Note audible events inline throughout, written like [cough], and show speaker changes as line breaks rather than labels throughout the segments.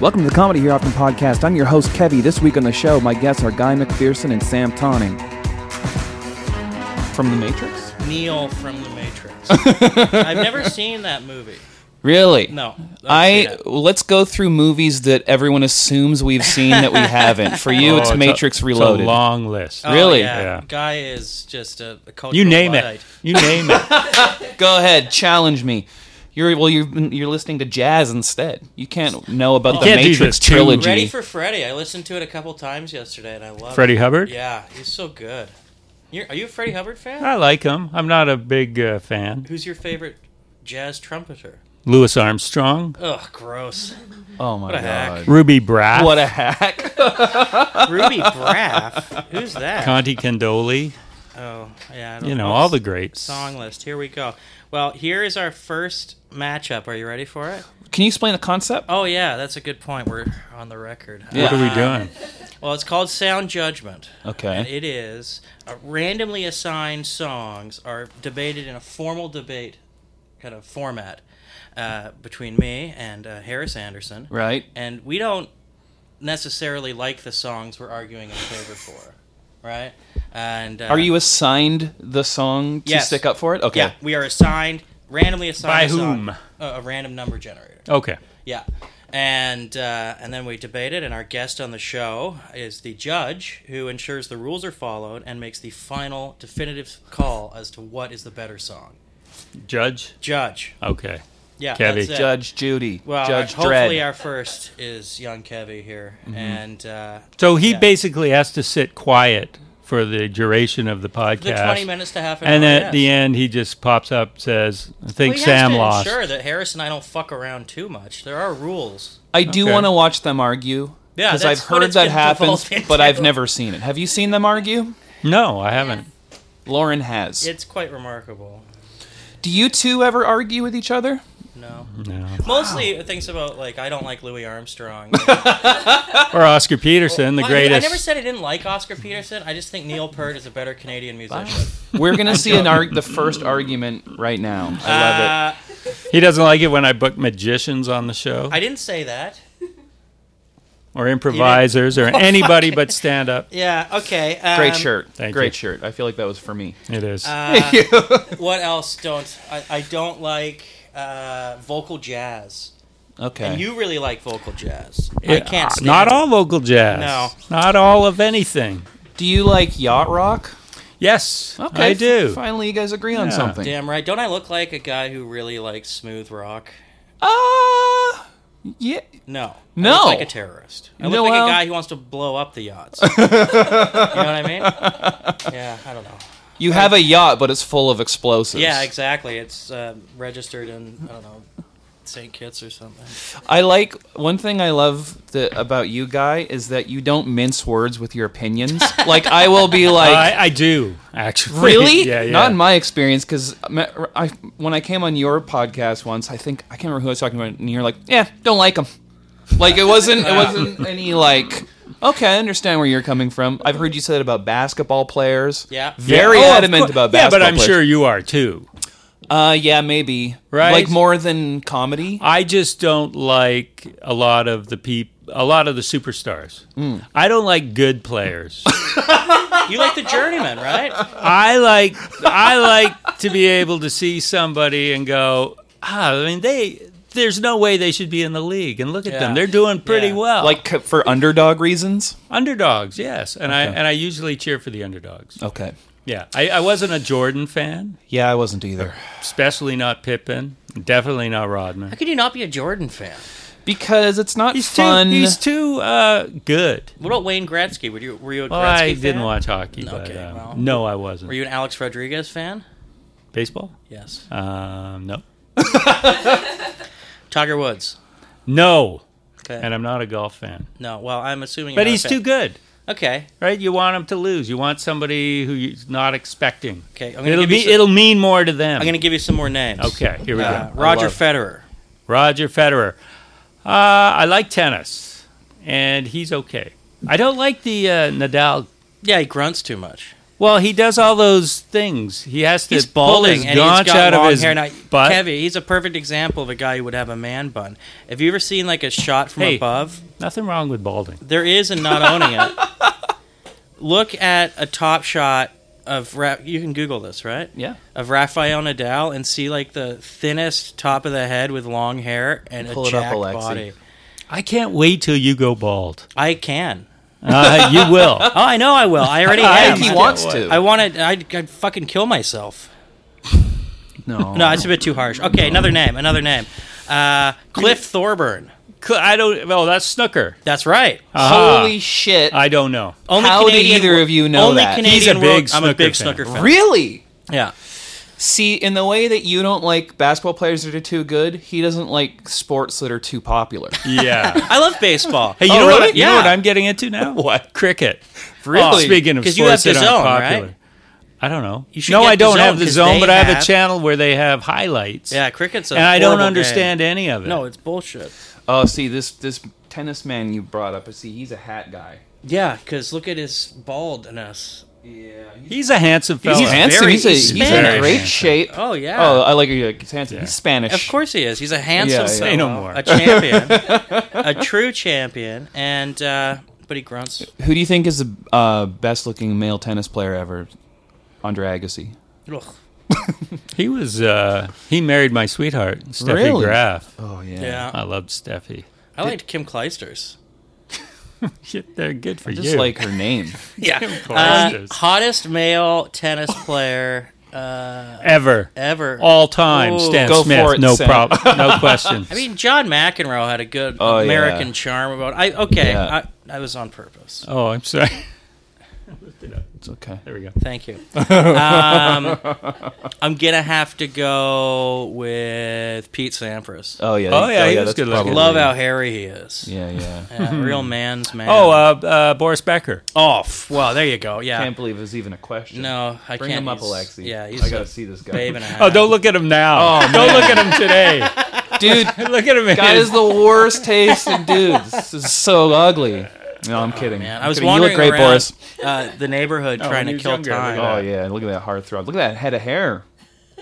Welcome to the Comedy Here Often podcast. I'm your host, Kevy. This week on the show, my guests are Guy McPherson and Sam Tonning. From The Matrix?
Neil from The
[laughs]
Matrix. I've never seen that movie.
Really?
No.
I
Yeah.
let's go through movies that everyone assumes we've seen that we haven't. For you, it's
Oh,
Matrix
a,
Reloaded.
It's a long list.
Oh,
Really?
yeah.
Yeah.
Guy is just a, a cultural
you name
Luddite.
it. You name
[laughs]
it.
go ahead, challenge me. You're well. You've been, you're listening to jazz instead. You can't know about the
can't do
Matrix
this too.
trilogy.
Ready for Freddy. I listened to it a couple times yesterday and I love
Freddie
it.
Hubbard? Ah.
Yeah, he's so good. You're, are you a Freddie Hubbard fan?
I like him. I'm not a big uh, fan.
Who's your favorite jazz trumpeter?
Louis Armstrong,
Ugh, gross.
oh my
What a hack.
Ruby Braff,
What a hack!
[laughs] Ruby Braff. Who's that?
Conti Condoli.
oh, yeah. I don't
You know all the greats.
song list. Here we go. Well, here is our first matchup. Are you ready for it?
Can you explain the
[laughs]
concept?
Oh yeah, that's a good point. We're on the record.
What are we doing?
Well, it's called Sound Judgment.
Okay.
And it is uh, randomly assigned songs are debated in a formal debate kind of format uh, between me and uh, Harris Anderson.
Right.
And we don't necessarily like the songs we're arguing in favor for, right? And uh,
Are you assigned the song to
Yes.
stick up for it? Okay.
Yeah, we are assigned randomly assigned
By
a song-
whom?
A, a random number generator.
Okay.
Yeah. And uh, and then we debated, and our guest on the show is the judge who ensures the rules are followed and makes the final definitive call as to what is the better song.
Judge.
Judge,
Okay.
yeah,
Kevy.
that's it.
Judge Judy.
Well,
Judge
our, hopefully
Dredd.
our first is Young Kevy here,
Mm-hmm.
and uh,
So he
Yeah.
basically has to sit quiet for the duration of the podcast.
the twenty minutes to half an
And
hour.
at
yes.
the end, he just pops up, says, "I think
Well, he
Sam
has to
lost."
ensure that Harris and I don't fuck around too much. There are rules.
I do
Okay.
want to watch them argue.
Yeah,
because I've
that's what
heard
it's
that
been
happens,
devolved
but I've
into.
never seen it. Have you seen them argue?
No, I haven't.
Lauren has.
It's quite remarkable.
Do you two ever argue with each other?
No,
No.
mostly things about like I don't like Louis
[laughs]
Armstrong.
Or Oscar Peterson, the
Well, I mean,
greatest.
I, never said I didn't like Oscar Peterson. I just think Neil Peart is a better Canadian musician.
We're
[laughs]
gonna see an arg- the first argument right now. I love it.
Uh,
he doesn't like it when I book magicians on the show.
I didn't say that.
or
[laughs]
improvisers or anybody but stand up.
Yeah. Okay. Um,
Great shirt.
thank
Great
you.
shirt. I feel like that was for me.
It is.
[laughs]
Uh, what else? Don't I, I don't like uh, vocal jazz.
Okay.
And you really like vocal jazz. I
It-
can't.
uh,
Stand
Not
it.
all local jazz.
No.
Not all of anything.
do you like yacht rock?
Yes,
Okay.
I do.
f- Finally, you guys agree on
Yeah.
something.
Damn right. Don't I look like a guy who really likes smooth rock?
Ah. yeah.
No. I
No.
look like a terrorist. I look
No,
like
well-
a guy who wants to blow up the
[laughs]
yachts. you know what I mean? Yeah. I don't know.
You have a yacht, but it's full of explosives.
Yeah, exactly. It's uh, registered in I don't know St. Kitts or something.
I like one thing I love that about you guy is that you don't mince words with your
[laughs]
opinions. like I will be like,
I, I do, actually.
Really?
[laughs] yeah, yeah.
Not in my experience, because I, when I came on your podcast once, I think I can't remember who I was talking about, and you're like, "Yeah, don't like them." Like it
[laughs]
wasn't. It wasn't any like. Okay, I understand where you're coming from. I've heard you say that about basketball players.
Yeah.
Very
Oh, of
adamant
course.
about
Yeah, but
basketball.
I'm sure you are too.
sure. Uh, yeah, maybe.
Right?
Like more than comedy.
I just don't like a lot of the peop- a lot of the superstars.
Hmm.
I don't like good players.
You like the journeyman, right?
I like I like to be able to see somebody and go, ah, I mean they there's no way they should be in the league and look at
Yeah.
them. They're doing pretty
Yeah.
well.
Like c- for underdog reasons.
underdogs, yes. And I and I usually cheer for the underdogs.
Okay.
Yeah. I, I wasn't a Jordan fan,
Yeah, I wasn't either.
especially not Pippen, definitely not Rodman.
How could you not be a Jordan fan?
Because it's not
He's
fun. [laughs]
too he's too uh, good.
What about Wayne Gretzky? Were you were you a Gretzky
Well, I
fan?
didn't watch hockey, but
Okay,
um,
well.
no, I wasn't.
Were you an Alex Rodriguez fan?
baseball?
Yes.
Um, no,
Tiger Woods.
no.
Okay.
And I'm not a golf fan,
no. Well, I'm assuming.
but he's too good.
Okay.
right? You want them to lose. You want somebody who you're not expecting.
Okay. I'm gonna
It'll
give you
be.
some-
it'll mean more to them.
I'm gonna give you some more names.
okay, here we
Uh,
go. I
Roger
love-
Federer.
Roger Federer. Uh, I like tennis, and he's okay. I don't like the uh, Nadal.
Yeah, he grunts too much.
Well, he does all those things. He has to
He's
pull his
balding and he's
gaunch
got
out
long
of his
hair now.
butt.
Kevy, he's a perfect example of a guy who would have a man bun. Have you ever seen like a shot from
Hey.
above?
Nothing wrong with balding.
There is and not owning
[laughs]
it. Look at a top shot of Ra- you can Google this, right?
Yeah.
Of Rafael Nadal and see like the thinnest top of the head with long hair and
Pull
a
it up,
jacked
Alexi.
body.
I can't wait till you go bald.
I can.
Uh, you will.
[laughs] Oh, I know I will. I
[laughs]
already am.
think he
I-
wants to.
I want to. I'd, I'd fucking kill myself.
No.
No, it's a bit too harsh. Okay, another name. Another name. Uh, Cliff Thorburn.
Cl- I don't. Well, that's snooker.
That's right.
Aha.
Holy shit!
I don't know.
Only
How did either of you know
only
that?
Canadian
He's a
world-
big
I'm a big snooker
snooker fan.
fan.
really?
Yeah.
See, in the way that you don't like basketball players that are too good, he doesn't like sports that are too popular.
Yeah.
I love baseball.
Hey, you
Oh,
know
really?
what? You know
Yeah.
what I'm getting
[laughs]
into now? What? Cricket.
Really?
Oh, speaking of
'Cause
sports
you have
that
the
aren't
zone, right?
popular. I don't know.
You should
no,
get
I
the
don't
zone,
have the
'cause
zone,
they
but I have
have-
a channel where they have highlights.
yeah, cricket's a
And I don't
horrible
understand any of it.
game. No, it's bullshit.
[laughs] Oh, see this this tennis man you brought up. See, he's a hat guy.
Yeah, because look at his baldness.
Yeah, he's,
he's a handsome fellow.
He's
handsome.
very
He's, a, he's
Spanish.
in great shape.
Oh, yeah.
Oh, I like you. He's handsome.
Yeah.
He's Spanish.
Of course he is. He's a
Yeah, yeah.
handsome fellow,
Say no more.
a
[laughs]
champion, a true champion, and uh, but he grunts.
Who do you think is the uh, best looking male tennis player ever? Andre Agassi.
Ugh.
He was. Uh, he married my sweetheart, Steffi
Really?
Graf.
Oh
Yeah,
I loved Steffi.
I liked Kim Kleisters.
Shit, they're good for
I
you.
just like her name. [laughs]
Yeah, uh,
Kleisters.
hottest male
[laughs]
tennis player uh,
ever,
ever.
all time, Stan
Go
Smith.
for it,
no
Sam.
[laughs]
problem. No question.
I mean, John McEnroe had a good
Oh, yeah.
American charm about. I okay,
Yeah.
I, I was on purpose.
oh, I'm sorry.
It's okay.
There we go.
Thank you. Um, [laughs] I'm gonna have to go with Pete Sampras.
Oh yeah.
Oh, yeah, he was
that's
good
probably-
looking.
Love how hairy he is.
Yeah, Hmm. yeah.
[laughs] Yeah, real man's man.
Oh, uh, uh, Boris Becker.
off. Oh, Well, there you go. Yeah.
Can't believe it's even a question.
no, I
Bring
can't.
him up,
He's-
Alexi.
Yeah, he's
I gotta
a
see this guy. [laughs]
babe and a half.
Oh, don't look at him now.
Oh,
[laughs] don't look at him today.
[laughs]
[laughs]
[laughs]
dude.
look at him. in
Guy
his-
is the worst taste in dudes. This is so ugly. No, I'm kidding.
Oh, Man,
I'm
I was
kidding.
wandering
You look great,
around
Boris.
Uh, the neighborhood
when
trying
he
to
was
kill
younger, look at
time.
that.
Oh yeah, look at that heartthrob. Look at that head of hair.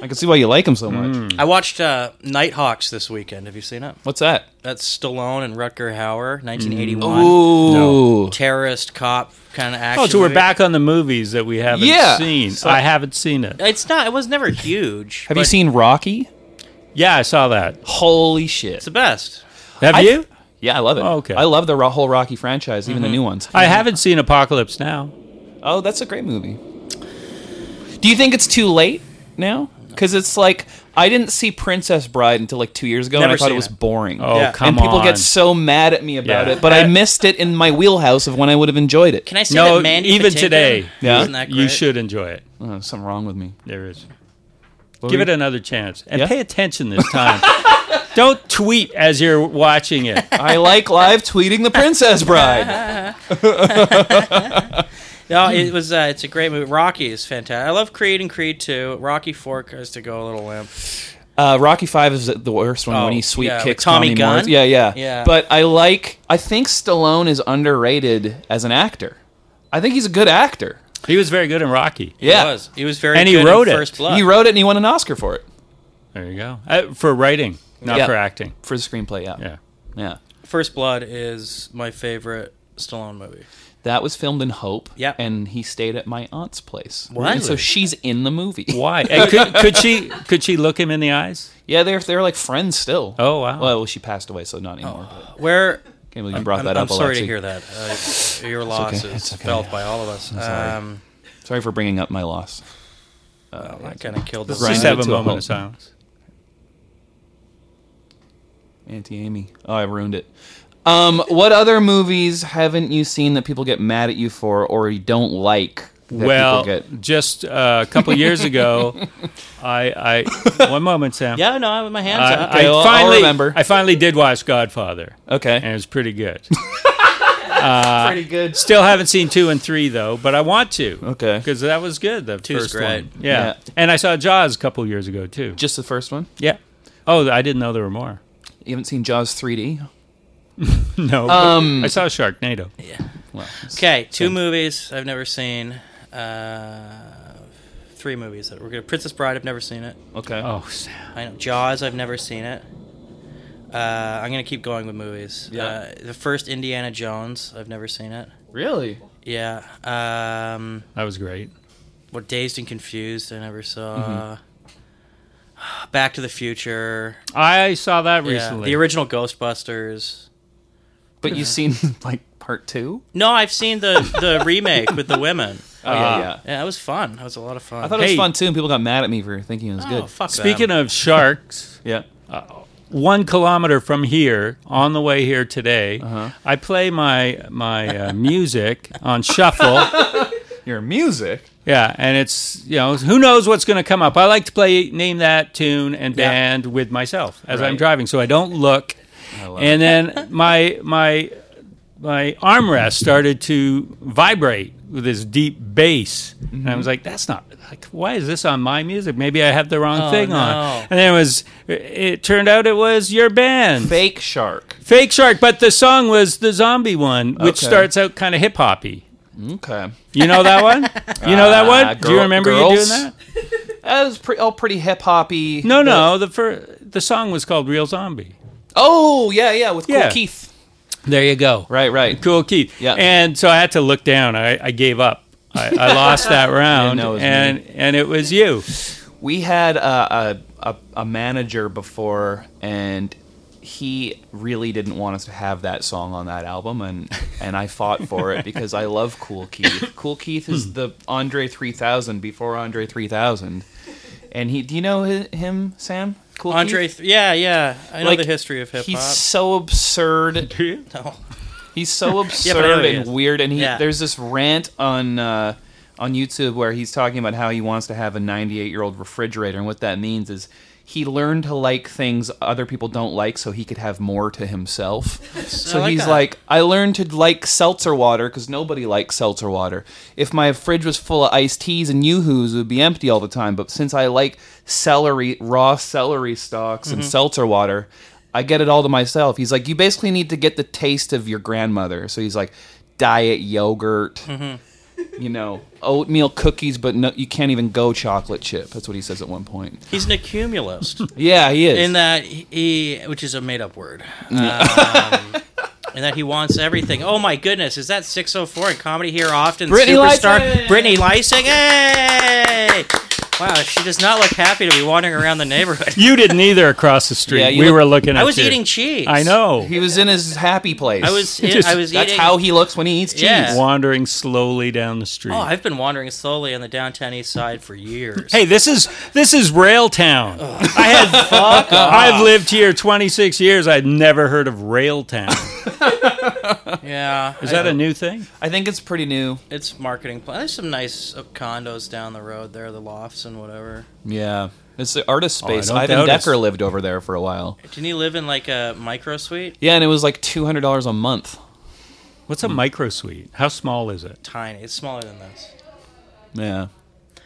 I can see why you like him so much.
Mm.
I watched uh, Nighthawks this weekend. Have you seen it?
What's that?
That's Stallone and Rutger Hauer, 1981.
Mm. Ooh.
Terrorist cop kind of action.
Oh, so we're
movie.
back on the movies that we haven't
Yeah.
seen.
So-
I haven't seen it.
It's not. It was never huge.
Have
but
you seen Rocky?
Yeah, I saw that.
Holy shit.
It's the best.
Have
I-
you?
Yeah, I love it.
Oh, okay.
I love the ro- whole Rocky franchise, even
Mm-hmm.
the new ones.
I haven't seen Apocalypse Now.
Oh, that's a great movie. Do you think it's too late now? Because it's like I didn't see Princess Bride until like two years ago, and
Never
I thought it
seen
was
it.
boring.
Oh,
Yeah.
come
and people
on.
get so mad at me about
Yeah.
it, but I missed it in my wheelhouse of when I would have enjoyed it.
Can I say
No,
that Mandy?
even
Patinkin
today.
Yeah.
Isn't that great?
you should enjoy it.
Oh, something wrong with me.
There is. Give it another chance and
Yeah?
pay attention this
[laughs]
time. Don't tweet as you're watching it.
I like live tweeting the Princess
[laughs]
Bride.
No, it was. Uh, it's a great movie. Rocky is fantastic. I love Creed and Creed Two. Rocky Four goes to go a little limp.
Uh, Rocky Five is the worst one when
Oh,
he sweet
yeah, with
kicks
Tommy
Tommy,
Gunn?
Morris. Yeah, yeah,
Yeah.
But I like. I think Stallone is underrated as an actor. I think he's a good actor.
He was very good in Rocky.
Yeah,
He was. He was very.
And he
good in
wrote it.
First Blood.
he wrote it and he won an Oscar for it
There you go. Uh, for writing, not
Yeah.
for acting.
for the screenplay. Yeah,
Yeah.
yeah.
First Blood is my favorite Stallone movie.
That was filmed in Hope.
Yeah.
and he stayed at my aunt's place.
What?
And so she's in the movie.
Why? And could, could she could she look him in the eyes?
Yeah, they're they're like friends still.
Oh, wow.
Well, she passed away, so not anymore. But
Where
can't believe you brought
Oh. I'm,
that
I'm
up.
sorry
Alexi.
to hear that. Uh, your loss
okay.
is
It's okay.
felt by all of us. Um, oh,
Sorry for bringing up my loss.
that kind of killed
Let's
the
just
Grind it
have a
to a
moment
halt.
of silence.
Auntie Amy. Oh, I ruined it. Um, what other movies haven't you seen that people get mad at you for or you don't like? That
well,
people get?
just uh, a couple years
[laughs]
ago, I, I one moment, Sam.
Yeah, Oh, no, I have my hands
I,
up.
I
well, I'll
finally
remember.
I finally did watch Godfather, and it
okay, Uh,
was pretty good.
pretty good.
Still haven't seen two and three though, but I want to.
Okay.
because that was good. The
Two's
first
great.
one, yeah.
Yeah.
And I saw Jaws a couple years ago too.
Just the first one.
Yeah. Oh, I didn't know there were more. [laughs]
You haven't seen Jaws 3D.
No, um, I saw Sharknado.
Well,
Okay, two movies I've never seen. Uh, three movies that we're gonna Princess Bride. I've never seen it.
Okay.
Oh, Sam.
I know Jaws. I've never seen it. Uh, I'm gonna keep going with movies.
Yeah.
Uh, the first Indiana Jones. I've never seen it.
Really?
Yeah. Um,
That was great.
what Dazed and Confused. I never saw.
Mm-hmm.
Back to the Future.
I saw that
Yeah,
recently.
The original Ghostbusters.
But you've seen [laughs] like part two?
No, I've seen the
[laughs]
the remake with the women.
Oh yeah, yeah.
Yeah, that was fun. That was a lot of fun.
I thought it
Hey.
was fun too, and people got mad at me for thinking it was
oh,
good.
fuck
Speaking of sharks,
Yeah.
one kilometer from here, on the way here today, I play my my uh, music on shuffle.
Your music.
Yeah, and it's you know who knows what's going to come up. I like to play name that tune and
Yeah.
band with myself as I'm
Right.
driving, so I don't look.
love
And then my my my armrest started to vibrate with this deep bass, and I was like, "That's not like why is this on my music? Maybe I have the wrong
Oh,
thing
no.
on." And then it was it turned out it was your band,
Fake shark.
Fake Shark, but the song was the zombie one, which
Okay.
starts out kind of hip hoppy.
Okay.
You know that one? You know that one?
Ah,
Do you
girl-
remember you
girls?
doing that?
That was pre- all pretty hip hoppy.
No, no. The fir- the song was called "Real Zombie."
Oh yeah, yeah. With
Yeah.
Cool Keith.
There you go.
Right, right.
Cool Keith.
Yeah.
And so I had to look down. I, I gave up. I, I lost
[laughs]
that round,
know it was
and and it was
[laughs]
you.
We had a, a, a, a manager before, and he really didn't want us to have that song on that album,
[laughs]
and, and I fought for it because I love Cool Keith. Cool Keith is the Andre 3000 before Andre 3000. And he, do you know hi- him, Sam? Cool
Andre,
Keith?
th- yeah, yeah, I know
Like,
the history of hip
He's
hop.
so absurd.
No.
He's
[laughs]
so absurd
I know he
and
is.
weird, and he
Yeah.
there's this rant on uh, on YouTube where he's talking about how he wants to have a 98 year old refrigerator, and what that means is he learned to like things other people don't like, so he could have more to himself. so
like
he's
that.
like, I learned to like seltzer water because nobody likes seltzer water. If my fridge was full of iced teas and yoo-hoos, it would be empty all the time. But since I like celery, raw celery stalks and
Mm-hmm.
seltzer water, I get it all to myself. He's like, you basically need to get the taste of your grandmother. So he's like, diet yogurt.
Mm-hmm.
You know, oatmeal cookies, but no, you can't even go chocolate chip. That's what he says at one point.
He's an accumulist
Yeah, he is.
in that he, which is a made-up word, um,
[laughs]
and that he wants everything. Oh my goodness, is that 604 in comedy here often?
Brittany
Superstar
Leising!
Brittany Leising. Hey, wow, she does not look happy to be wandering around the neighborhood.
You didn't either across the street.
Yeah, you
we
look-
were looking. at
I was
you.
eating cheese.
I know.
he was in his happy place.
I
[laughs]
was. In, I was
That's
eating.
how he looks when he eats cheese.
Yeah.
Wandering slowly down the street.
Oh, I've been wandering slowly on the downtown east side for years.
Hey, this is this is Railtown. I [laughs] had I've lived here 26 years. I'd never heard of Railtown.
yeah,
Is
I-
that a new thing?
I think it's pretty new.
It's marketing plan. There's some nice uh, condos down the road there, the lofts and whatever.
Yeah. It's the artist space.
Oh, don't
Ivan
doubt it.
Decker lived over there for a while.
Didn't he live in like a micro suite?
Yeah, and it was like two hundred dollars a month.
What's a micro suite? How small is it?
Tiny. It's smaller than this.
Yeah. Yeah,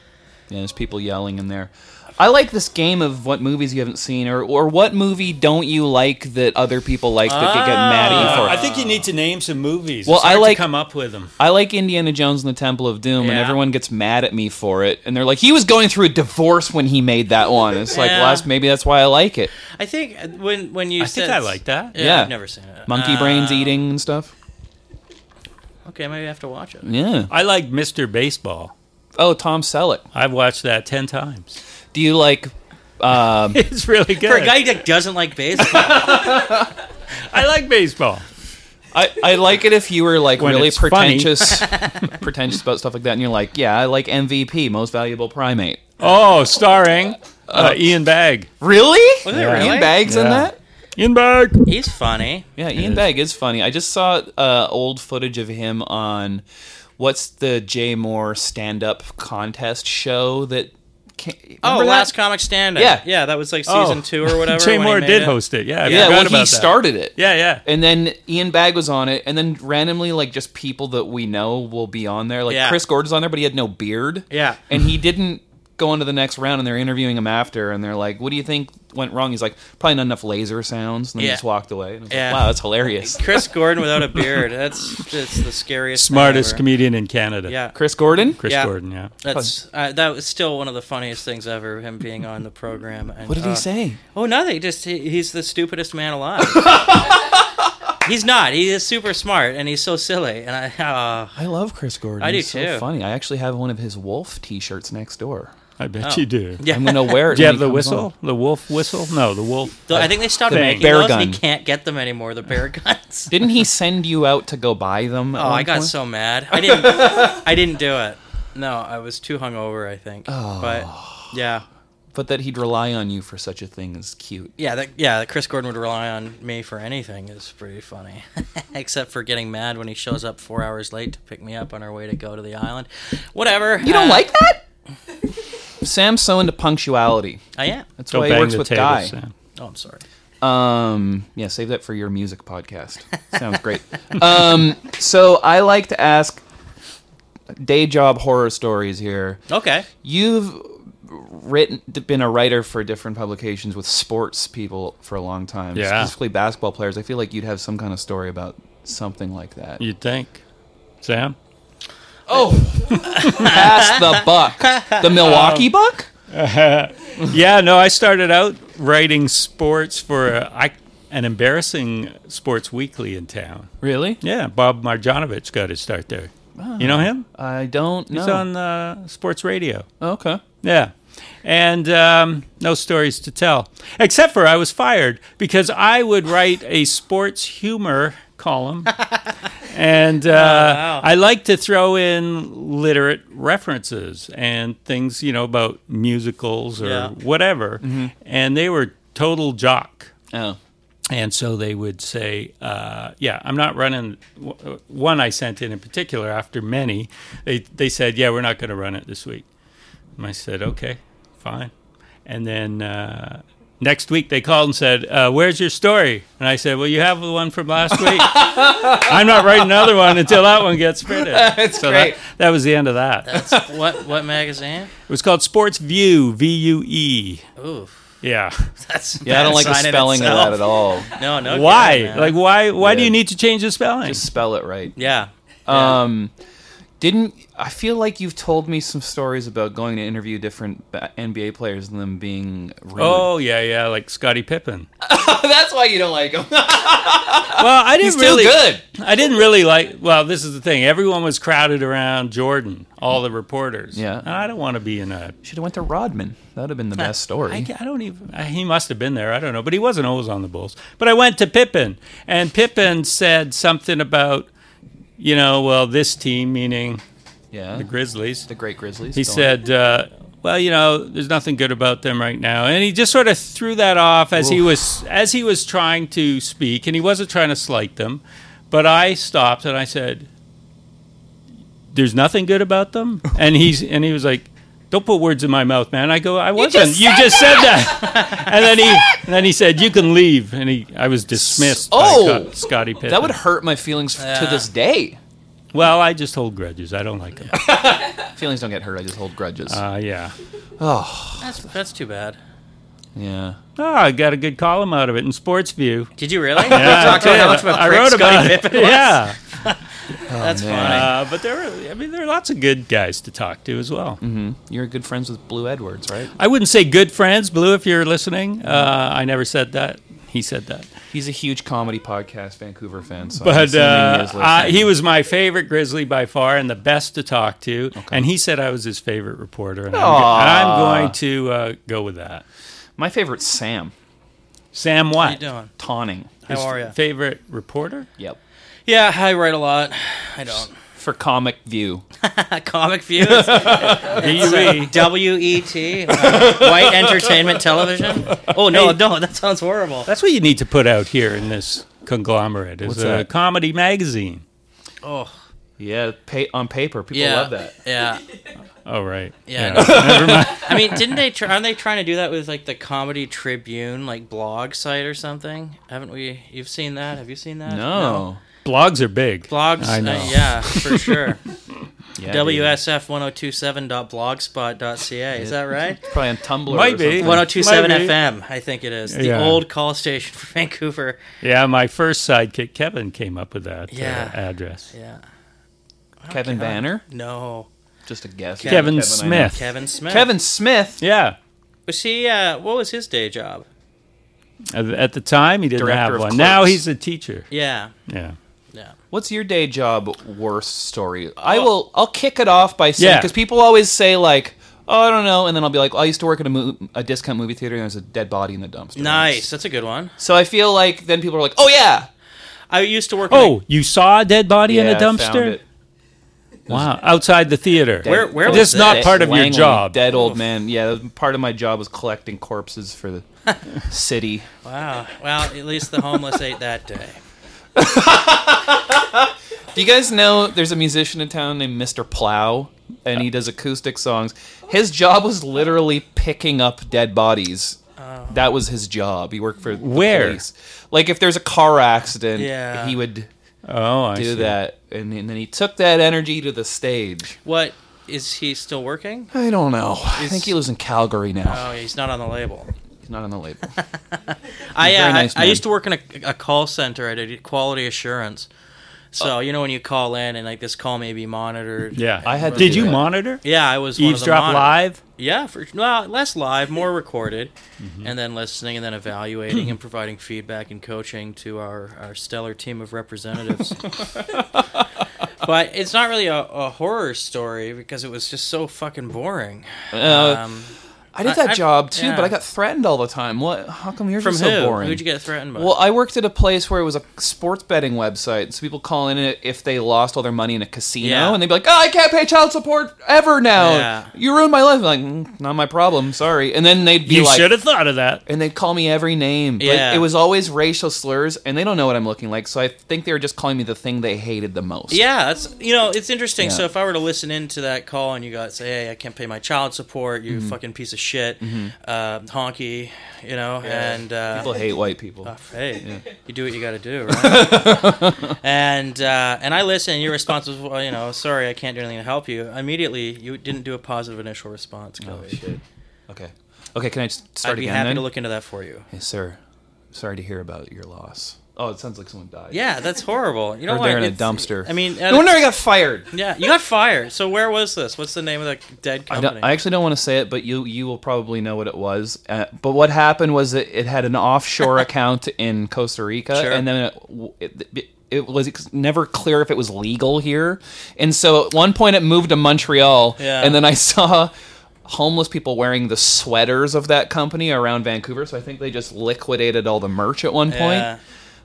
there's people yelling in there. I like this game of what movies you haven't seen or, or what movie don't you like that other people like that could get mad at you for.
Uh, I think you need to name some movies.
Well,
It's hard
I
to
like-
come up with them.
I like Indiana Jones and the Temple of Doom, and
Yeah.
everyone gets mad at me for it. And they're like, he was going through a divorce when he made that one. It's like,
Yeah.
well, that's, maybe that's why I like it.
I think uh, when when you
I
said
think I like that.
Yeah,
Yeah.
I've never seen it.
Monkey
Uh,
brains eating and stuff.
Okay, maybe I have to watch it.
Yeah.
I like Mr. Baseball.
Oh, Tom Selleck.
I've watched that ten times.
Do you like? Um,
[laughs] It's really good.
For a guy that doesn't
[laughs]
like baseball,
I like baseball.
I, I like it if you were like
When
really
it's funny. [laughs]
pretentious, pretentious about stuff like that, and you're like, yeah, I like MVP, Most Valuable Primate.
Oh, starring uh, Ian Bag.
Really?
Was it really?
Ian Bag's in
Yeah.
that?
Ian Bag.
he's funny.
Yeah, Ian Bag is funny. I just saw uh, old footage of him on what's the Jay Moore stand-up contest show that. Can,
Oh,
remember that?
last comic standing.
Yeah.
yeah, that was like
Oh.
season two or
[laughs]
whatever.
Jay
when he
Moore
made
did
it.
host it. Yeah, I
yeah,
forgot
well, he
about that.
started it.
Yeah, yeah.
And then Ian Bagg was on it, and then randomly, like just people that we know will be on there. Like
Yeah.
Chris Gordon's on there, but he had no beard.
Yeah.
and he didn't go on to the next round. And they're interviewing him after, and they're like, "What do you think went wrong. He's like, probably not enough laser sounds. And then
Yeah.
he just walked away. And I was
Yeah.
like, wow, that's hilarious.
Chris Gordon without a beard. That's just the scariest. thing
Smartest
ever.
comedian in Canada.
Yeah.
Chris Gordon?
Chris
Yeah.
Gordon. Yeah.
That's uh, that was still one of the funniest things ever. Him being on the program. And,
What did
uh,
he say?
Oh, nothing. Just he, he's the stupidest
[laughs]
man alive. he's not. He is super smart, and he's so silly. And I, uh,
I love Chris Gordon.
I do
He's so
too.
funny. I actually have one of his wolf t shirts next door.
I bet
Oh.
you do.
yeah.
I'm going to wear it.
Do you
when
have
he
the
comes
whistle?
on.
The wolf whistle? No, the wolf.
Though I think they stopped
The
making
bear
those. And
gun.
you can't get them anymore.
[laughs]
The bear guns.
Didn't he send you out to go buy them?
Oh, I got
[laughs]
so mad. I didn't. I didn't do it. No, I was too hungover. I think.
Oh.
But yeah,
But that he'd rely on you for such a thing is cute.
yeah, that, yeah. That Chris Gordon would rely on me for anything is pretty funny, [laughs] except for getting mad when he shows up four hours late to pick me up on our way to go to the island. Whatever.
You don't
uh,
like that? Sam's so into punctuality.
I am.
That's
Go
why
bang
he works
the
with
table,
Guy.
Sam.
Oh, I'm sorry.
Um, yeah, save that for your music podcast. Sounds great. [laughs] Um, so I like to ask day job horror stories here.
Okay.
You've written been a writer for different publications with sports people for a long time,
Yeah.
specifically basketball players. I feel like you'd have some kind of story about something like that.
You'd think. Sam?
Oh, pass the
[laughs]
buck, the Milwaukee
Um,
buck.
yeah, no, I started out writing sports for a, I, an embarrassing sports weekly in town.
Really?
Yeah, Bob Marjanovic got his start there.
Ah.
You know him?
I don't know.
He's on uh, sports radio.
okay.
Yeah. And um, no stories to tell, except for I was fired because I would write a sports humor column. and uh, I like to throw in literate references and things, you know, about musicals or
Yeah.
whatever. And they were total jock.
Oh,
And so they would say, uh, "Yeah, I'm not running." w- One I sent in in particular after many, they they said, "Yeah, we're not going to run it this week." And I said, "Okay, fine." And then uh, next week they called and said, uh, "Where's your story?" And I said, "Well, you have the one from last week. I'm not writing another one until that one gets printed." That's so
great.
That, that was the end of that.
[laughs]
It
That's what what magazine?
was called Sports View, V U E.
Ooh,
Yeah.
that's
yeah. I don't like the spelling of that at all.
[laughs]
No, no.
why?
kidding, man.
like, why? Why do
Yeah.
you need to change the spelling?
Just spell it right.
yeah.
Um, didn't I feel like you've told me some stories about going to interview different ba- NBA players and them being rude?
Oh yeah, yeah, like Scottie Pippen.
[laughs] Uh, [laughs] that's why you don't like him.
Well, I didn't
He's
really.
too good.
I didn't really like. Well, this is the thing. Everyone was crowded around Jordan, all the reporters.
Yeah.
and I don't want to be in a.
Should have went to Rodman. That'd have been the best story.
I, I don't even. I, he must have been there. I don't know, but he wasn't always on the Bulls. But I went to Pippen, and Pippen said something about, you know, well, this team, meaning
yeah,
the Grizzlies,
the great Grizzlies.
He
don't-
said, uh, "Well, you know, there's nothing good about them right now," and he just sort of threw that off as he was as he was trying to speak, and he wasn't trying to slight them. But I stopped and I said, "There's nothing good about them," and he's and he was like. Don't put words in my mouth, man. I go. I wasn't. You just, said that. [laughs] and then he, and then he said, "You can leave." And he, I was dismissed.
Oh!
by Scott- Scotty Pippen.
that would hurt my feelings f to
Yeah.
this day.
Well, I just hold grudges. I don't like them.
Feelings don't get hurt. I just hold grudges.
Uh, yeah.
That's that's too bad.
yeah.
Oh, I got a good column out of it in Sports View.
Did you really?
Yeah,
Talked about
yeah,
how much of a
I
prick
wrote about
Scottie
it.
Pippen was?
Yeah,
That's
man.
funny.
uh, but there are, I mean, there are lots of good guys to talk to as well.
You're good friends with Blue Edwards, right?
I wouldn't say good friends, Blue. If you're listening, uh, I never said that. He said that,
He's a huge comedy podcast Vancouver fan. So I'm
but
assuming
uh,
is
I,
listening.
he was my favorite Grizzly by far and the best to talk to. And he said I was his favorite reporter, and, I'm, go- and I'm going to uh, go with that.
my favorite Sam
Sam
How you
White,
doing?
Tawning.
How are you?
favorite [laughs] reporter.
Yep.
Yeah, I write a lot. I don't.
For Comic View.
[laughs] Comic View. [laughs] It's, uh, [laughs] WET. uh, White Entertainment Television. Oh no,
Hey.
no, that sounds horrible.
That's what you need to put out here in this conglomerate is
What's
a
that?
comedy magazine.
Oh,
Yeah, pay, on paper, people
yeah,
love that.
Yeah,
Oh right,
yeah.
[laughs] Never mind.
I mean, didn't they? Try, aren't they trying to do that with like the Comedy Tribune, like blog site or something? Haven't we? You've seen that? Have you seen that?
No.
Blogs are big.
Blogs,
I know.
[laughs] uh, yeah, for sure.
Yeah,
WSF1027.blogspot.ca. Is that right?
dude. Probably on Tumblr.
Might
or
be.
something.
1027
Maybe.
FM, I think it is. The
Yeah.
old call station [laughs] for Vancouver.
Yeah, my first sidekick Kevin came up with that
Yeah.
uh, address.
Yeah.
Kevin Banner.
No.
Just a guess.
Kevin
I know.
Smith.
Kevin Smith.
Kevin Smith.
Yeah.
Was he, uh, what was his day job?
At at the time, he didn't
Director
have
of
one.
Clerks.
Now he's a teacher.
Yeah.
Yeah.
Yeah.
What's your day job worst story? I will. I'll kick it off by saying
Oh. Yeah.
because people always say like, "Oh, I don't know," and then I'll be like, "I used to work at a, mo- a discount movie theater, and there was a dead body in the dumpster."
Nice. That's a good one.
So I feel like then people are like, "Oh yeah,
I used to work. in
Oh, you saw a dead body in
Yeah,
a
I found
dumpster?
it.
Wow. Outside the theater.
Where- where
This
was
is not
this?
part of your
Langley,
job.
Dead old man. Yeah, that was- part of my job was collecting corpses for
[laughs]
the city.
a- wow. Well, at least the homeless ate that day.
Do you guys know there's a musician in town named Mr. Plow, and he does acoustic songs. His job was literally picking up dead bodies.
Oh.
That was his job. He worked for the
Where?
police. Like if there's a car accident,
Yeah.
he would
Oh, I
do
see.
that, and, and then he took that energy to the stage.
What? Is he still working?
I don't know. I think he lives in Calgary now.
Oh, he's not on the label.
He's not on the label.
I,
very
uh,
nice
I, I
man.
used to work in a, a call center. I did quality assurance. So you know when you call in and like this call may be monitored.
Uh, Yeah.
I had to
Did
do
you
that.
monitor?
Yeah, I was one of the
Eavesdrop
monitor-
live?
Yeah, for well, less live, more
[laughs]
recorded,
Mm-hmm.
and then listening, and then evaluating, and providing feedback and coaching to our, our stellar team
[laughs]
of representatives. but it's not really a, a horror story because it was just so fucking boring.
Uh,
[laughs] Um,
I did
I-
that
I-
job too,
yeah.
but I got threatened all the time. What? How come yours
from
is so
who?
boring?
Who'd you get threatened by?
Well, I worked at a place where it was a sports betting website, so people call in it if they lost all their money in a casino,
Yeah.
and they'd be like, "Oh, I can't pay child support ever now.
Yeah.
You ruined my life." I'm like, "Mm, not my problem. Sorry. And then they'd be
You
like,
should have thought of that.
and they'd call me every name. Like,
Yeah.
it was always racial slurs, and they don't know what I'm looking like, so I think they were just calling me the thing they hated the most.
yeah, that's you know it's interesting.
Yeah.
So if I were to listen into that call and you got say, hey, I can't pay my child support,
Mm-hmm.
you fucking piece of shit, uh, honky, you know, and uh,
People hate white people.
Hey, you do what you got to do, right?
[laughs]
and uh, and I listen. You're responsible. Well, you know, sorry, I can't do anything to help you. Immediately, you didn't do a positive initial response. Kelly.
okay. Okay, can I just
I'd
Oh, start
be
again
happy
then?
to look into that for you.
Hey, sir. Sorry to hear about your loss. Oh, it sounds like someone died.
Yeah, that's horrible. You know
Or
what?
they're in a
It's-
dumpster.
I mean,
No wonder I got fired.
yeah, you got fired. So where was this? What's the name of the dead
I, don't-
company?
I actually don't want to say it, but you you will probably know what it was. Uh, but what happened was it, it had an
[laughs]
offshore account in Costa Rica,
Sure.
and then it, it, it was never clear if it was legal here. And so at one point it moved to Montreal,
Yeah.
and then I [laughs] saw homeless people wearing the sweaters of that company around Vancouver. So I think they just liquidated all the merch at one point.
Yeah.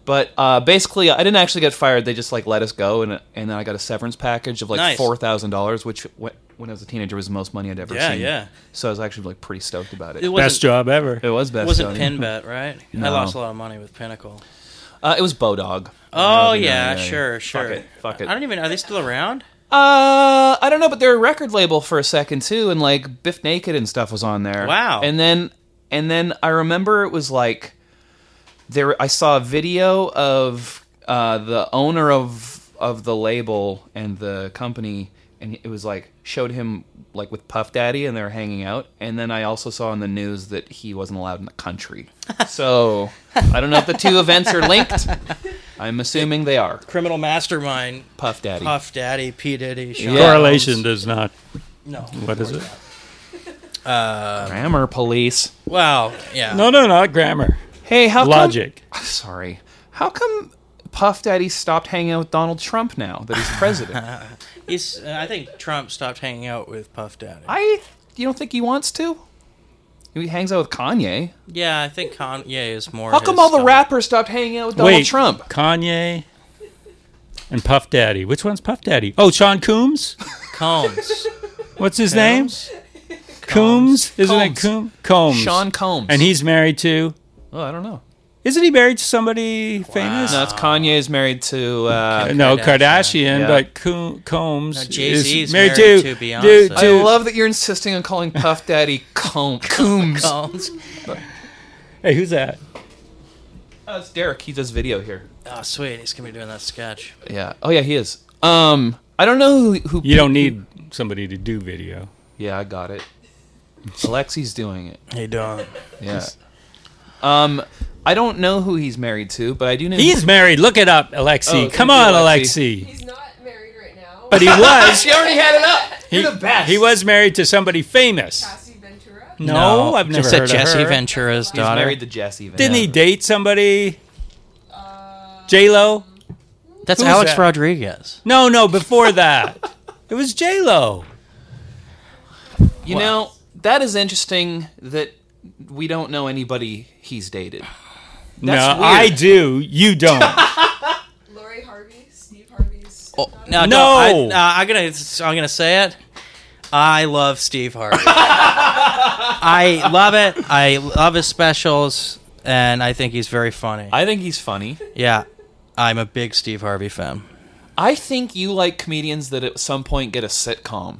But uh, basically, I didn't actually get fired. They just like let us go, and and then I got a severance package of like
Nice.
four thousand dollars, which wh- when I was a teenager was the most money I'd ever
Yeah,
seen.
yeah.
So I was actually like pretty stoked about it.
it
It,
wasn't,
Best job ever.
was best.
wasn't
selling.
Pinbet, right? I
No.
lost a lot of money with Pinnacle.
Uh, it was Bodog.
Oh
you know, yeah,
yeah,
yeah.
sure, sure.
it, fuck it.
I don't even. Are they still around?
Uh, I don't know, but they're a record label for a second too, and like Biff Naked and stuff was on there.
Wow.
And then and then I remember it was like there. I saw a video of uh, the owner of of the label and the company, and it was like showed him like with Puff Daddy, and they were hanging out. And then I also saw in the news that he wasn't allowed in the
[laughs]
country. so I don't know if the two events are linked. I'm assuming they are.
Criminal Mastermind,
Puff Daddy.
Puff Daddy, P Diddy, Sean
Yeah.
Correlation does not.
No.
What is it?
Grammar police.
Well, yeah.
No, no, not grammar.
Hey, how come-
Logic.
Sorry. How come Puff Daddy stopped hanging out with Donald Trump now that he's
[laughs]
president?
He's, uh, I think Trump stopped hanging out with Puff Daddy.
I you don't think he wants to? He hangs out with Kanye.
yeah, I think Kanye is more.
How come
his
all the
style.
rappers stopped hanging out with Donald
Wait,
Trump?
Kanye and Puff Daddy. Which one's Puff Daddy? Oh, Sean Coombs.
Combs?
What's his name? Coombs. Isn't it
Combs.
Coombs? Combs.
Sean Combs.
And he's married to.
Oh, I don't know.
Isn't he married to somebody famous?
No, it's Kanye's married to uh
No,
Kardashian.
Kardashian,
Yeah.
but Co- Combs
No, Jay-Z's
is married,
married to
to,
Beyonce.
dude,
I
dude.
love that you're insisting on calling Puff
[laughs]
Daddy Com- Coombs. Oh,
Combs.
hey, who's that?
Oh, it's Derek. He does video here.
Oh, sweet. He's going to be doing that sketch.
Yeah. Oh yeah, he is. Uh, Um, I don't know who. who
You don't need somebody to do video.
Yeah, I got it. Alexi's doing it.
Hey, Don.
Yeah. Um, I don't know who he's married to, but I do know
He's married. Look it up, Alexi.
Oh,
Come
thank
on,
you,
Alexi.
He's not married right now.
But he was.
She already had it up.
he,
You're the best.
he was married to somebody famous.
Cassie Ventura.
No, I've never
just
heard
said Jesse
of her.
Ventura's
He's
daughter.
married to Jesse. Van-
Didn't he
Yeah.
date somebody?
Uh,
J Lo?
That's
Who's
Alex
that?
Rodriguez.
No, no. Before that, it was J Lo.
You know that is interesting that we don't know anybody he's dated.
No,
That's weird.
I do. You don't.
Lori Harvey, Steve Harvey's.
Oh,
stepdaughter.
no,
No.
I, uh, I'm gonna I'm gonna say it. I love Steve
[laughs]
Harvey. I love it. I love his specials, and I think he's very funny.
I think he's funny.
yeah, I'm a big Steve Harvey fan.
I think you like comedians that at some point get a sitcom.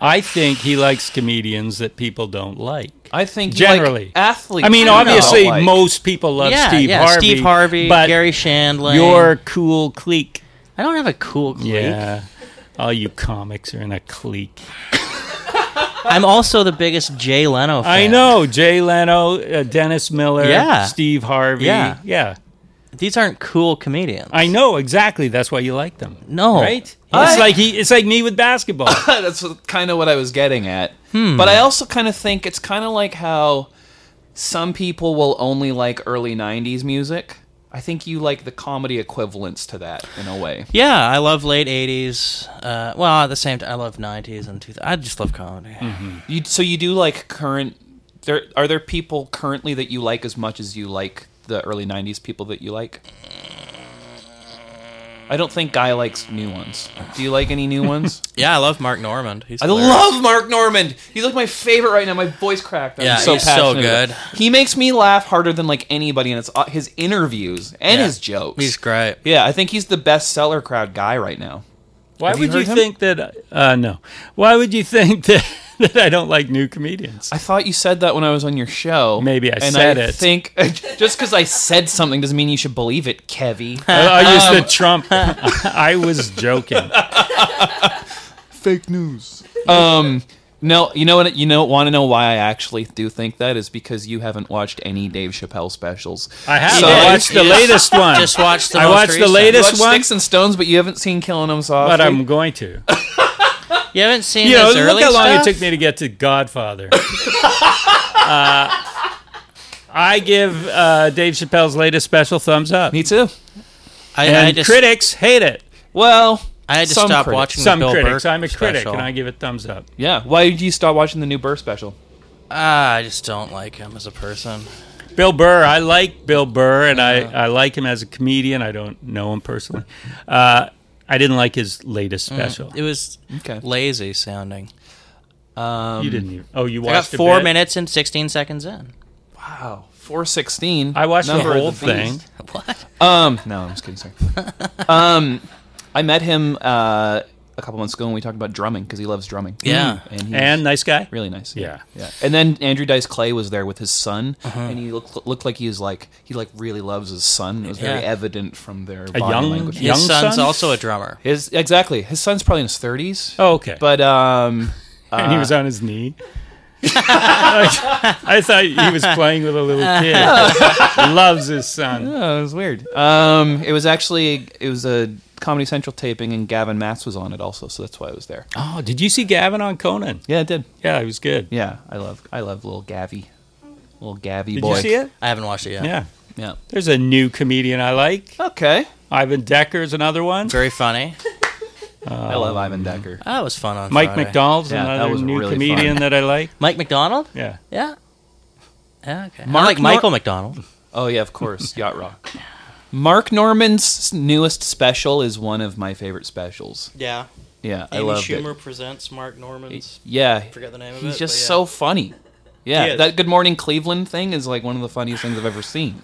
I think he likes comedians that people don't like.
I think you
Generally.
like athletes.
I mean,
you don't
obviously,
like.
most people love
yeah,
Steve
yeah,
Harvey.
Steve Harvey,
but
Gary Shandling.
your cool clique.
I don't have a cool clique.
Yeah, all you comics are in a clique.
I'm also the biggest Jay Leno fan.
I know Jay Leno, uh, Dennis Miller,
Yeah.
Steve Harvey.
Yeah.
yeah.
These aren't cool comedians.
I know exactly. That's why you like them.
No.
right?
I-
It's like he. It's like me
[laughs]
with basketball.
[laughs] that's kind of what I was getting at.
Hmm.
But I also kind of think it's kind of like how some people will only like early 90s music. I think you like the comedy equivalents to that in a way.
Yeah, I love late '80s. Uh, well, at the same time, I love '90s and 2000. I just love comedy.
Mm-hmm.
You, so you do like current there are there people currently that you like as much as you like the early 90s people that you like? I don't think Guy likes new ones. Do you like any new ones?
Yeah, I love Mark Normand. He's
[laughs] I
hilarious.
love Mark Normand. He's like my favorite right now. My voice cracked. I'm
Yeah,
so
he's so
passionate
good.
about- He makes me laugh harder than like anybody, and it's uh, his interviews and
Yeah.
his jokes.
He's great.
yeah, I think he's the best seller crowd guy right now.
Why
Have you
would you,
heard him?
think that? Uh, no. Why would you think that, [laughs] that I don't like new comedians?
Uh,
I thought you said that when I was on your show.
Maybe I
and
said
I
it.
Think [laughs] just because I said something doesn't mean you should believe it, Kevy.
I, I used the
um, [laughs]
Trump. I was joking.
Fake news. Um. [laughs] No, you know what? You know, want to know why I actually do think that is because you haven't watched any Dave Chappelle specials.
I have
So-
I watched the latest one.
Just watched the
I
most
watched the
recent.
You
latest
watched
one,
Sticks and Stones, but you haven't seen Killing 'Em Softly.
but I'm going to.
You haven't seen
You know,
his
look
early
how long
stuff?
it took me to get
[laughs]
to Godfather. uh, I give uh, Dave Chappelle's latest special thumbs up,
Me too.
I, I
and
just,
critics hate it.
Well,
I had to
some
stop
critics.
watching
Some
the Bill
critics.
Burke
I'm a critic,
special.
and I give it thumbs up.
Yeah. Why did you stop watching the new Burr special?
Ah, I just don't like him as a person.
Bill Burr. I like Bill Burr, and
Uh-huh.
I, I like him as a comedian. I don't know him personally. Uh, I didn't like his latest
Mm.
special.
It was
Okay.
Mm-hmm.
lazy sounding.
Um,
you didn't. Even, oh, you
I got
watched a
four
bit?
minutes and 16 seconds in.
Wow. Four sixteen.
I watched the
Number of
whole
the
thing.
Beast.
What?
Um. No, I'm just kidding. Sorry. [laughs] um, I met him uh, a couple months ago, and we talked about drumming because he loves drumming.
Yeah.
And he's
And nice guy.
Mm. really nice.
Yeah.
Yeah. And then Andrew Dice Clay was there with his son, and he looked, looked like he was like he like really loves his son. It was very
Yeah.
evident from their
A
body
young-
language.
His son's
son?
also a drummer.
His exactly. His son's probably in his thirties.
Oh, okay.
But um,
and he was on his knee. I thought he was playing with a little
[laughs]
kid. Loves his
[laughs]
son.
oh, it was weird. Um, it was actually it was a Comedy Central taping, and Gavin Matz was on it also, so that's why I was there.
Oh, did you see Gavin on Conan?
Yeah, it did.
Yeah, he was good.
Yeah, I love I love little Gavy, little Gavy
Did
boy.
you see it?
I haven't watched it yet.
Yeah.
Yeah.
There's a new comedian I like.
Okay.
Ivan Decker's another one.
Very funny.
I love Ivan Decker.
Um,
That was fun on
Mike
Friday.
McDonald's
Yeah, that
another
was
new
really
comedian
fun.
that I like.
Mike McDonald?
Yeah.
Yeah. Yeah, okay.
Mark
I like
Nor-
Michael McDonald.
Oh yeah, of course, Yacht Rock. [laughs] Mark Norman's newest special is one of my favorite specials.
Yeah.
Yeah, I
Amy
love
Schumer
it.
presents Mark Norman's.
Yeah,
Forget the name of it.
he's
but
just
yeah.
so funny.
He
Yeah,
is.
that Good Morning Cleveland thing is like one of the funniest things I've ever
[laughs]
seen.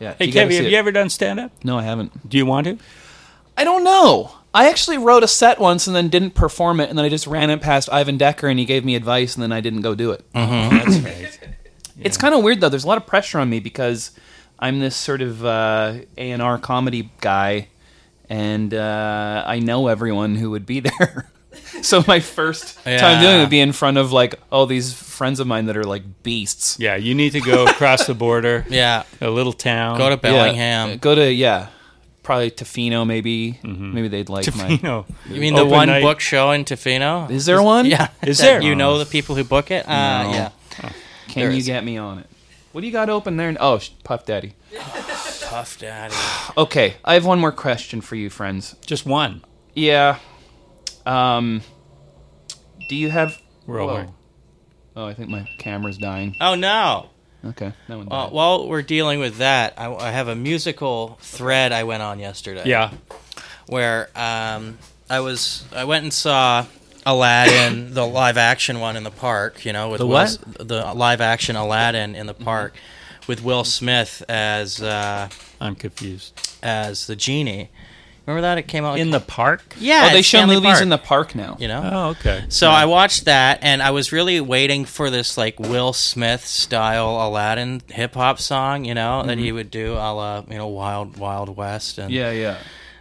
Yeah,
Hey,
you gotta
Kevin,
see
have
it.
you ever done stand up?
No, I haven't.
Do you want to?
I don't know. I actually wrote a set once and then didn't perform it, and then I just ran it past Ivan Decker, and he gave me advice, and then I didn't go do it. It's kind of weird though. There's a lot of pressure on me because I'm this sort of uh, A and R comedy guy, and uh, I know everyone who would be [laughs] there. so my first time
Yeah.
doing it would be in front of like all these friends of mine that are like beasts.
Yeah, you need to go across the [laughs] border.
Yeah.
A little town.
Go to
Yeah.
Bellingham.
Uh, Go to yeah, probably Tofino maybe. Maybe they'd like
[laughs] you
my.
know.
You mean the
Open
one
night.
book show in Tofino?
Is there one?
yeah. [laughs]
Is
that
there?
You know the people who book it? Uh,
No.
Yeah.
Can
there
you
is.
get me on it? What do you got open there? Oh, sh- Puff Daddy.
Puff Daddy.
Okay, I have one more question for you, friends.
Just one.
Yeah. Um. Do you have?
We're all
Whoa.
wearing-
Oh, I think my camera's dying.
Oh, no.
Okay, that one.
Well,
died.
while we're dealing with that, I, I have a musical thread I went on yesterday.
Yeah.
where um, I was I went and saw
[coughs]
Aladdin, the live action one in the park. You know, with
The
Will
what? Mm-hmm.
S- the live action Aladdin in the park with Will Smith as uh,
I'm confused.
as the genie. Remember that it came out
In the park?
yeah.
oh, they
at
show
Stanley
movies
Park,
in the park now.
you know.
Oh, [laughs] okay.
So I watched that, and I was really waiting for this like Will Smith style Aladdin hip hop song, you know, that
Mm-hmm.
he would do a la you know Wild Wild West and
Yeah, yeah.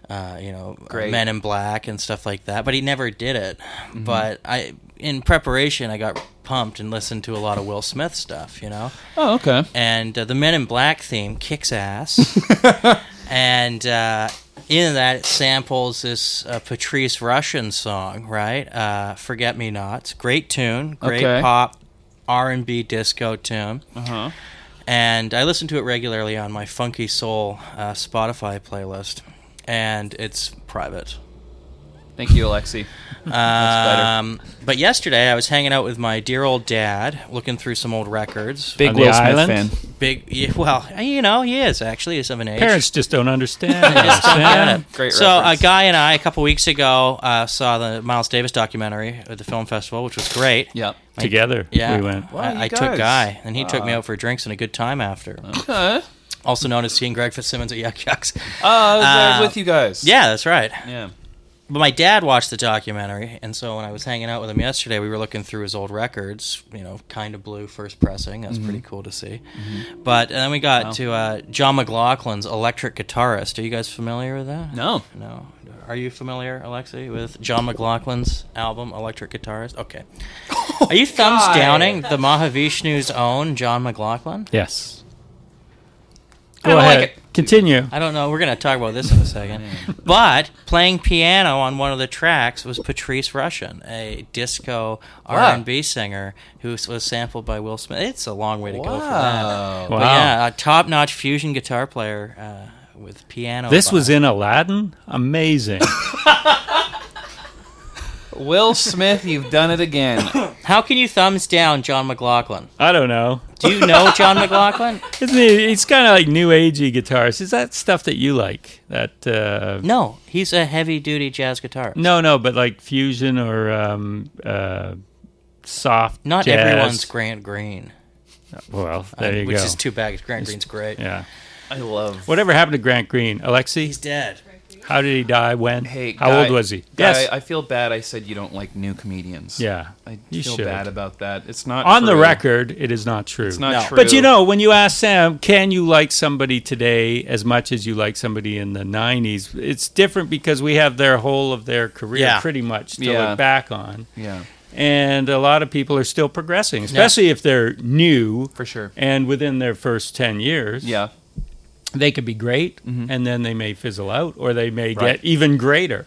uh, you know,
Great. Mm-hmm.
Men in Black and stuff like that. But he never did it. But I, in preparation, I got pumped and listened to a lot of Will Smith stuff, you know.
Oh,
[laughs]
okay.
And uh, the Men in Black theme
[laughs]
kicks ass.
Uh-huh.
and uh, in that, it samples this uh, Patrice Russian song, right? Uh, Forget Me Nots. Great tune. Great
Okay.
pop. R and B disco tune
Uh huh.
and I listen to it regularly on my Funky Soul uh, Spotify playlist, and it's private.
Thank you, Alexi. better.
Um, but yesterday I was hanging out with my dear old dad, looking through some old records.
Big
On the
Will Smith
island?
fan.
Big, yeah, well, you know, he is actually he's of an age.
Parents just don't understand.
Just don't get it.
Great
so
reference.
a guy and I a couple weeks ago uh, saw the Miles Davis documentary at the film festival, which was great.
Yep.
Together.
Yeah,
We went.
Wow, you
I, I
guys.
took Guy, and he took me out for drinks and a good time after.
Uh,
Also known as seeing Greg Fitzsimmons at Yuck Yucks.
uh, I was there
Uh,
with you guys.
Yeah, that's right.
Yeah.
But my dad watched the documentary, and so when I was hanging out with him yesterday, we were looking through his old records. You know, kind of blue first pressing. That's
Mm-hmm.
pretty cool to see. But and then we got to uh, John McLaughlin's Electric Guitarist. Are you guys familiar with that?
No.
No. Are you familiar, Alexi, with John McLaughlin's album Electric Guitarist?
[laughs]
Okay. Are you thumbs
Oh God.
downing the Mahavishnu's own John McLaughlin?
Yes.
I
Go
don't like
ahead. Continue.
I don't know. We're going to talk about this in
[laughs]
a second. but playing piano on one of the tracks was Patrice Russian, a disco
Wow.
R&B singer who s- was sampled by Will Smith. It's a long way to go for that.
Wow.
Wow.
But yeah, a top-notch fusion guitar player uh, with piano.
This was
vibe.
in Aladdin? [laughs] Amazing.
Will Smith, you've done it again.
[laughs] How can you thumbs down John McLaughlin?
I don't know.
Do you know
[laughs]
John McLaughlin?
Isn't he? He's kind of like new agey guitarist. Is that stuff that you like? That uh,
No, he's a heavy-duty jazz guitarist.
no, no, but like fusion or um, uh, soft.
Not
jazz.
everyone's Grant Green, Um,
Well, there you
which
go.
is too bad. Grant Green's great.
yeah.
I love.
Whatever happened to Grant Green?
He's
Alexi,
dead.
how did he die? When?
Hey,
how
guy-
old was he?
Guy,
yes.
I feel bad. I said you don't like new comedians.
yeah.
I
you
feel
should.
bad about that. It's not
On the
true.
record, it is not true.
It's not
No.
true.
But you know, when you ask Sam, can you like somebody today as much as you like somebody in the '90s? It's different because we have their whole of their career
Yeah.
pretty much to
Yeah.
look back on,
Yeah.
and a lot of people are still progressing, especially if they're new
For sure.
and within their first ten years.
Yeah.
they could be great, and then they may fizzle out, or they may
Right.
get even greater.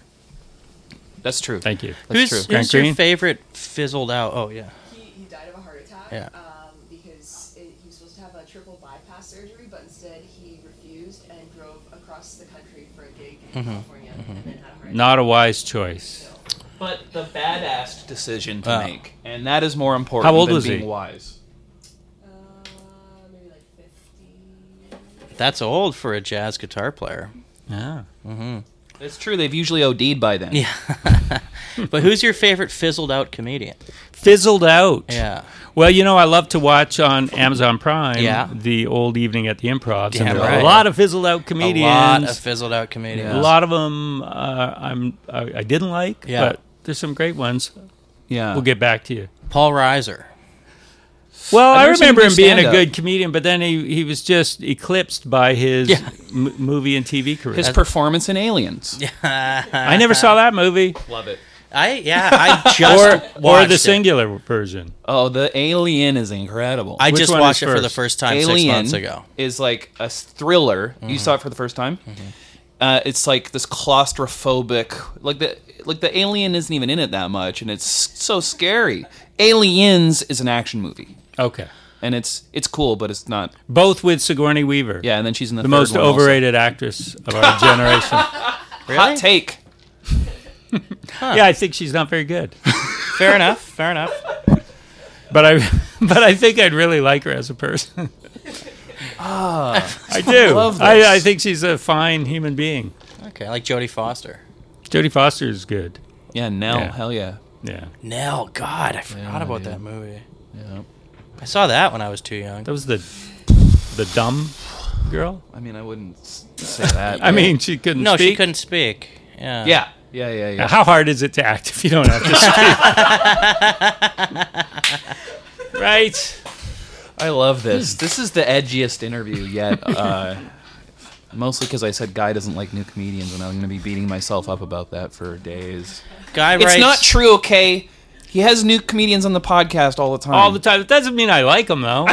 That's true.
Thank you.
That's
who's
true.
Grant
who's your
Green?
favorite fizzled out? Oh yeah.
He, he died of a heart attack
Yeah.
um, because it, he was supposed to have a triple bypass surgery, but instead he refused and drove across the country for a gig in California and then had a heart attack.
Mm-hmm. Not a wise choice.
But the badass decision to
Wow.
Ah.
make, and that is more important.
How old
than
was
being
he?
Wise.
Uh, maybe like 50.
That's old for a jazz guitar player.
Yeah.
It's true. They've usually OD'd by then.
Yeah. [laughs] but who's your favorite fizzled out comedian?
Fizzled out.
Yeah.
Well, you know, I love to watch on Amazon Prime
Yeah.
the old evening at the improv.
Damn
and there are
right.
a lot of fizzled out comedians.
A lot of fizzled out comedians.
Yeah.
them uh, I'm I, I didn't like,
Yeah.
but there's some great ones.
Yeah.
We'll get back to you.
Paul Reiser.
Well,
I've
I
never seen him
remember
do
him being a
stand-up.
good comedian, but then he, he was just eclipsed by his
Yeah.
m- movie and TV career.
His performance in Aliens.
I never saw that movie
Love it.
I yeah, I
or
just
or
watched
the
it.
singular version.
Oh, the Alien is incredible.
I
Which
just
one
watched it
is
for the first
first?
time
Alien
six months ago. Mm-hmm.
is like a s- thriller. You saw it for the first time. Uh, it's like this claustrophobic, like the like the alien isn't even in it that much, and it's so scary. Aliens is an action movie,
Okay,
and it's it's cool, but it's not.
both with Sigourney Weaver.
Yeah, and then she's in the,
the
third
most
one also.
overrated actress of
[laughs]
our generation.
Hot take.
Yeah, I think she's not
[laughs]
very good,
Fair enough. Fair enough.
but I [laughs] but I think I'd really like her as a person. [laughs] I do.
Ah, love this.
I, I think she's a fine human being.
Okay, I like Jodie Foster.
Jodie Foster is good.
Yeah, Nell.
Yeah.
Hell yeah.
Yeah,
Nell, God, I forgot about that movie.
Yeah.
I saw that when I was too young.
that was the the dumb girl.
I mean, I wouldn't s-
[laughs]
say that.
I
but-
mean, she couldn't.
No, she
speak.
couldn't speak. Yeah.
yeah, yeah, yeah, yeah.
How hard is it to act if you don't have [laughs] to speak? right.
I love this. This is the edgiest interview yet. Uh, mostly because I said Guy doesn't like new comedians, and I'm going to be beating myself up about that for days.
Guy
It's
writes.
not true, okay? He has new comedians on the podcast all the time.
All the time. It doesn't mean I like them [laughs] though.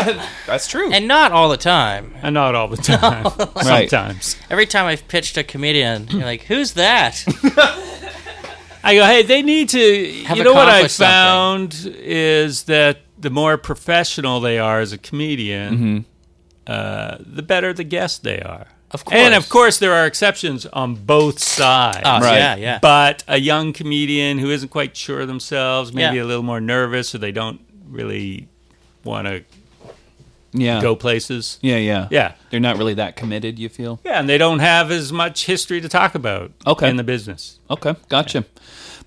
That's true.
And not all the time.
And Uh, not [laughs] all the time.
Right.
Sometimes.
Every time I've pitched a comedian, you're like, "Who's
[laughs]
that?"
I go, hey, they need to.
Have
you know what I
accomplished something.
found is that the more professional they are as a comedian, uh, the better the guest they are.
Of
And of
course.
course, there are exceptions on both sides.
Oh,
Right.
Yeah, yeah.
But a young comedian who isn't quite sure of themselves, maybe
Yeah.
a little more nervous, or they don't really want to
yeah.
go places.
Yeah, yeah.
Yeah.
They're not really that committed, you feel?
Yeah, and they don't have as much history to talk about
Okay.
in the business.
Okay, gotcha.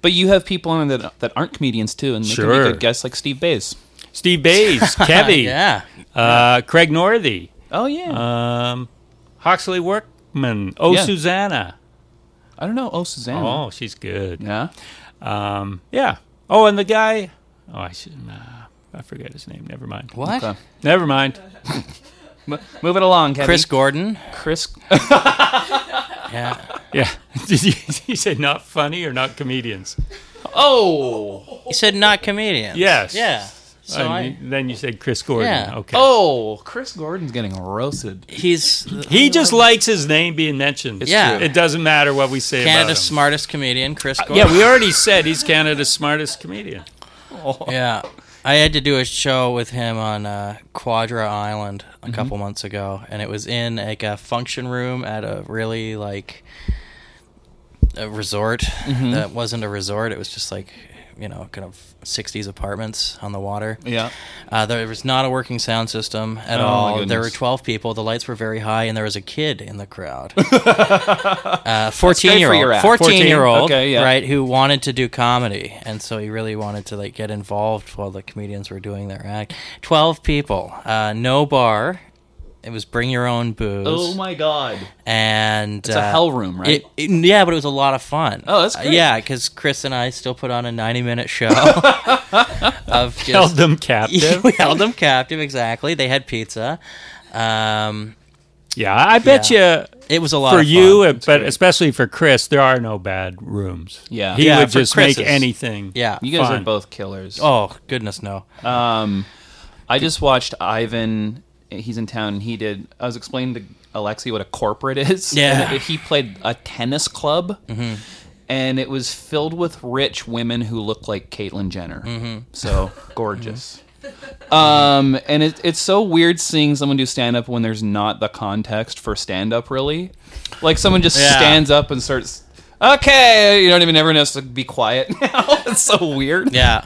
But you have people on that that aren't comedians too, and they can be
Sure.
good guests like Steve Bays.
[laughs]
Steve Bays, Kevy,
yeah.
uh, Craig Northey,
Oh yeah,
um, Huxley Workman, Oh
Yeah.
Susanna.
I don't know. Oh, Suzanne.
Oh, she's good.
yeah.
Um, yeah. Oh, and the guy. Oh, I should. Uh, I forget his name. Never mind.
What?
Okay.
Never mind.
M- move it along, Kevin.
Chris Gordon.
Chris.
[laughs]
Yeah.
Yeah. Did you, [laughs] you said not funny or not comedians?
Oh,
He said not comedians.
Yes.
Yeah. So I,
And then you said Chris Gordon.
Yeah.
Okay.
oh, Chris Gordon's getting roasted.
he's
He just likes his name being mentioned.
Yeah. true.
It doesn't matter what we say about him.
Canada's smartest comedian, Chris Gordon.
Yeah, we already said he's Canada's smartest comedian.
Oh. [laughs]
Yeah. I had to do a show with him on uh, Quadra Island a couple months ago, and it was in like a function room at a really like a resort that wasn't a resort. It was just like you know kind of 60s apartments on the water.
Yeah.
Uh, there was not a working sound system at
Oh, my
all.
goodness.
There were 12 people. The lights were very high, and there was a kid in
[laughs]
the crowd. uh, 14 year
for your
old.
act.
14,
14,
year old,
okay, yeah.
right, who wanted to do comedy. And so he really wanted to like get involved while the comedians were doing their act. 12 people, uh, no bar. It was bring your own booze.
Oh my God.
And uh,
It's a hell room, right?
it- it- yeah, but it was a lot of fun. Uh,
Oh, that's great.
yeah, because Chris and I still put on a
[laughs]
ninety-minute show [laughs] of just
Held them
[laughs]
captive.
we held them captive. Exactly. They had pizza. Um,
yeah, I bet you
it was a lot
for
of fun.
you, but especially for Chris, there are no bad rooms.
Yeah.
he
Yeah,
would
for
just make
Chris's.
anything.
Yeah.
You guys
Fine.
are both killers.
oh goodness, no.
Um, I just watched Ivan. He's in town. and He did. I was explaining to Alexi what a corporate [laughs] is.
Yeah. Mm-hmm.
And he played a tennis club, and it was filled with rich women who looked like Caitlyn Jenner.
Mm-hmm. [laughs]
So gorgeous. Um, and it, it's so weird seeing someone do stand up when there's not the context for stand up, really. Like someone just
Yeah.
stands up and starts. Okay, you don't even ever knows to be quiet [laughs] now. it's so weird.
[laughs]
Yeah.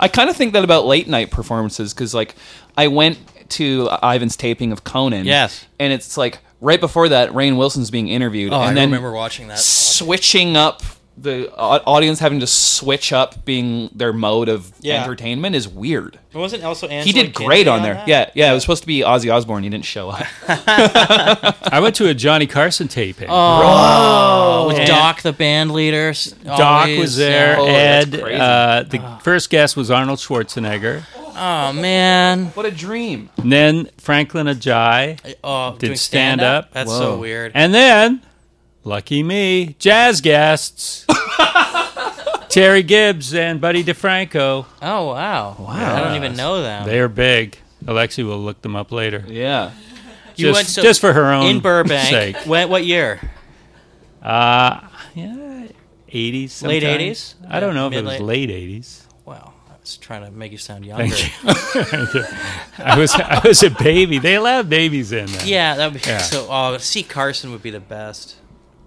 I kind of think that about late night performances because, like, I went to Ivan's taping of Conan.
Yes.
And it's like right before that, Rain Wilson's being interviewed,
Oh,
and
I
then
remember watching that.
switching up the au- audience having to switch up being their mode of
Yeah.
entertainment is weird.
Wasn't also Angela
He did great on there. Yeah, yeah. It was supposed to be Ozzy Osbourne. He didn't show
[laughs]
up.
I went to a Johnny Carson taping.
Oh, with Doc, the band leader. s-
Doc
always,
was there.
Oh, that's
Ed.
crazy.
Uh, the first guest was Arnold Schwarzenegger.
Oh man.
What a dream.
And then Franklin Ajay.
Oh,
Did
doing
stand
stand-up?
up.
That's
Whoa.
so weird.
And then, lucky me, jazz guests. Terry Gibbs and Buddy DeFranco.
oh wow. Wow. I don't even know them.
They are big. Alexi will look them up later.
Yeah.
you
just,
went to,
just for her own
in Burbank. [laughs]
sake.
When, what year?
Uh, yeah, 80s.
Late
sometime.
80s?
I don't know if it was
Mid-late.
late 80s.
Wow. I was trying to make you sound younger.
Thank you. I was I was a baby. They allowed babies in
[laughs]
there.
Yeah, that would be
Yeah.
so. Oh, see, Carson would be the best.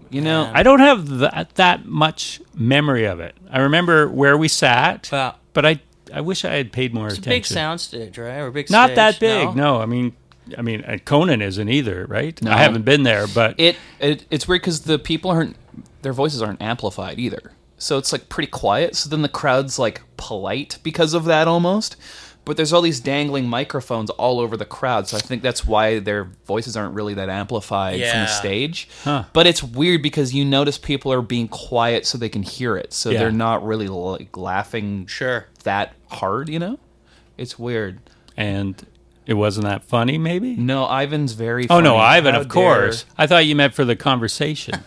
You know,
I don't have that, that much memory of it. I remember where we sat,
Wow.
but I I wish I had paid more
It's a
attention.
big soundstage, right? Or a big
Not
stage,
that big.
no?
No, I mean I mean uh, Conan isn't either, right? I haven't been there, but
it, it it's weird because the people aren't their voices aren't amplified either so it's like pretty quiet so then the crowd's like polite because of that almost but there's all these dangling microphones all over the crowd so i think that's why their voices aren't really that amplified from
Yeah.
the stage but it's weird because you notice people are being quiet so they can hear it so
Yeah.
they're not really like laughing
Sure.
that hard you know it's weird
and it wasn't that funny maybe?
no ivan's very
Oh no,
funny.
Ivan,
How
of course.
dare.
I thought you meant for the conversation.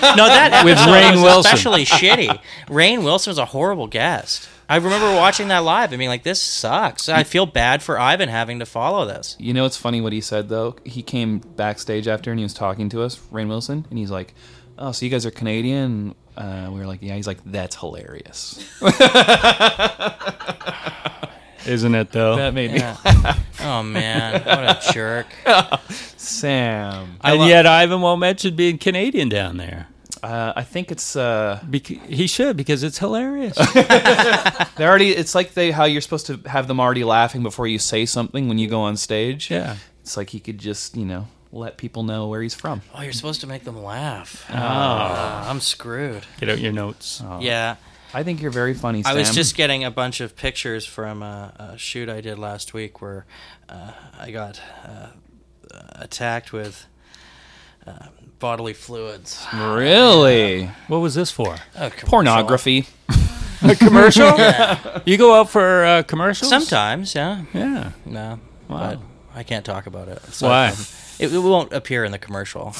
No, that
With
episode
Rainn
was
Wilson.
especially shitty. Rain Wilson was a horrible guest. I remember watching that live and being like, "This sucks." I feel bad for Ivan having to follow this.
You know, it's funny what he said though. He came backstage after and he was talking to us, Rain Wilson, and he's like, "Oh, so you guys are Canadian?" Uh, we were like, "Yeah." He's like, "That's
[laughs]
hilarious."
Isn't it though?
made
Yeah. oh man, what a jerk! Oh,
Sam.
I
and
lo-
yet Ivan won't mention being Canadian down there.
Uh, I think it's uh,
Bec- he should because it's hilarious.
they're already. It's like they how you're supposed to have them already laughing before you say something when you go on stage.
yeah.
It's like he could just you know let people know where he's from.
Oh, you're supposed to make them laugh.
Oh,
Uh, I'm screwed.
get out your notes.
Yeah.
I think you're very funny. Sam.
I was just getting a bunch of pictures from a, a shoot I did last week where uh, I got uh, attacked with uh, bodily fluids.
Ah.
Oh,
really
What was this for?
A commercial.
pornography.
A commercial? [laughs] You go out for uh, commercials?
Sometimes, yeah.
Yeah.
No. But I can't talk about it. So
Why?
It, it won't appear in the commercial.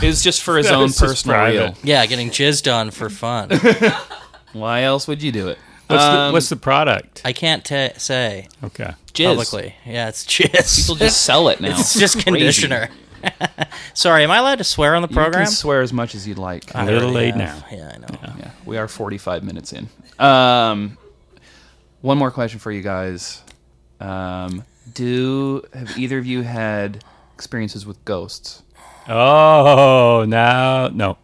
It's just for his
[laughs] That
own
is just
personal reel.
private.
Yeah, getting jizzed on for fun.
Why else would you do it?
What's, the,
Um,
what's the product?
I can't ta say
Okay.
Jizz.
publicly. Yeah, it's jizz. [laughs]
People just sell it now.
it's just
Crazy.
conditioner. [laughs] Sorry, am I allowed to swear on the program?
You can swear as much as you'd like.
A little late now.
Yeah, I know.
Yeah, we are 45 minutes in. Um, one more question for you guys. Um, do have either of you had experiences with ghosts?
Oh, now, no.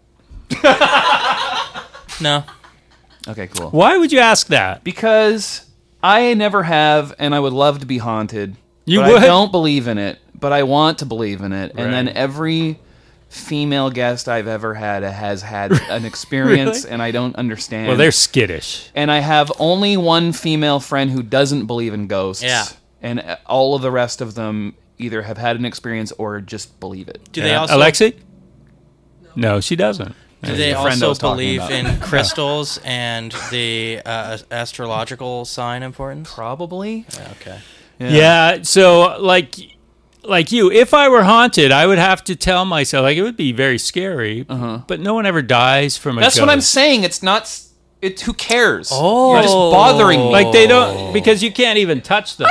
No.
Okay, cool.
Why would you ask that?
Because I never have, and I would love to be haunted.
You
but
would?
I don't believe in it, but I want to believe in it. And then
Right.
every female guest I've ever had has had
[laughs]
an experience, and I don't understand.
Well, they're skittish.
and I have only one female friend who doesn't believe in ghosts.
Yeah.
And uh, all of the rest of them either have had an experience or just believe it.
Do they also
Alexi? No, she doesn't.
do they
a friend I
also
was talking
believe
about.
in crystals and the uh, astrological sign importance?
Probably.
Okay.
Yeah. So like like you, if I were haunted, I would have to tell myself like it would be very scary. But no one ever dies from a
Uh-huh. That's what I'm
ghost.
saying. It's not. s- It. Who cares?
Oh.
You're just bothering me.
Like they
Oh.
don't because you can't even touch them.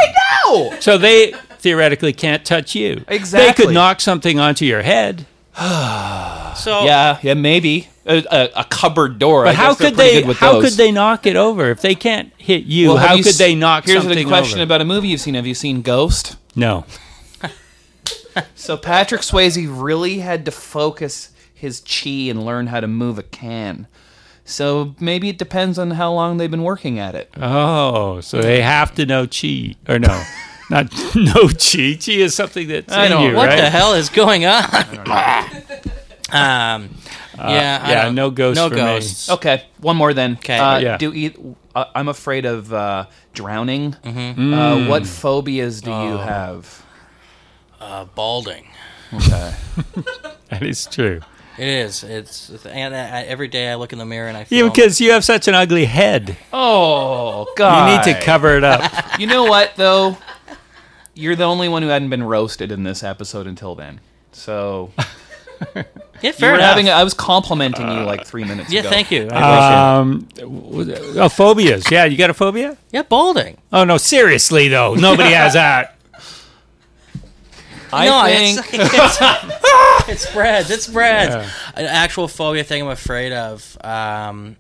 no.
So they theoretically can't touch you. They
Exactly.
could knock something onto your head.
So
Yeah. Yeah. Maybe a, a, a cupboard door.
Oh. But how could they how could they knock it over if they can't hit you? how could they knock
Here's a
something
question
over?
about a movie you've seen. Have you seen Ghost?
no.
So Patrick Swayze really had to focus his chi and learn how to move a can. So maybe it depends on how long they've been working at it.
Uh,
Oh, so they have to know chi or [laughs] no. Not no chi. Chi is something that's
I
in
don't-
you,
Oh, what
right?
the hell is going on? um, yeah, I
Uh, yeah,
don't-
no ghosts
No
for me. Oh.
ghosts.
Okay, one more then.
'Kay.
Uh,
Yeah.
Do e- uh, I'm afraid of uh, drowning.
Mm-hmm. Mm.
Uh, what phobias do
Oh.
you have?
Uh, balding.
That is true.
It is. It's and I, I- every day I look in the mirror and I feel
Even because you have such an ugly head,
Oh
you
God!
need to cover it up. [laughs]
You know what though? You're the only one who hadn't been roasted in this episode until then.
[laughs]
So
yeah,
you
fair
were
enough. Uh,
having. I was complimenting you like three minutes
yeah,
ago.
thank you. I appreciate it.
Um, oh, phobias. Yeah, you got a phobia?
yeah, balding.
Oh no, seriously though, nobody has that.
I
no,
think
[laughs] it's, it's, it spreads. It spreads. An actual phobia thing I'm afraid of. Um,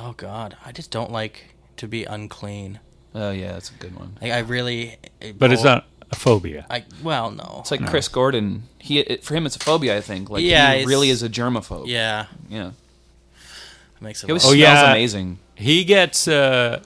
oh God, I just don't like to be unclean.
Oh yeah, that's a good one.
Like I really.
[laughs] But it's not a phobia.
I well no.
It's like Chris Gordon. He it, for him it's a phobia. I think. Like
Yeah,
he
it's-
really is a germaphobe.
yeah,
Yeah.
it makes it.
He always
worse.
Oh,
smells
yeah.
amazing.
He gets. Uh,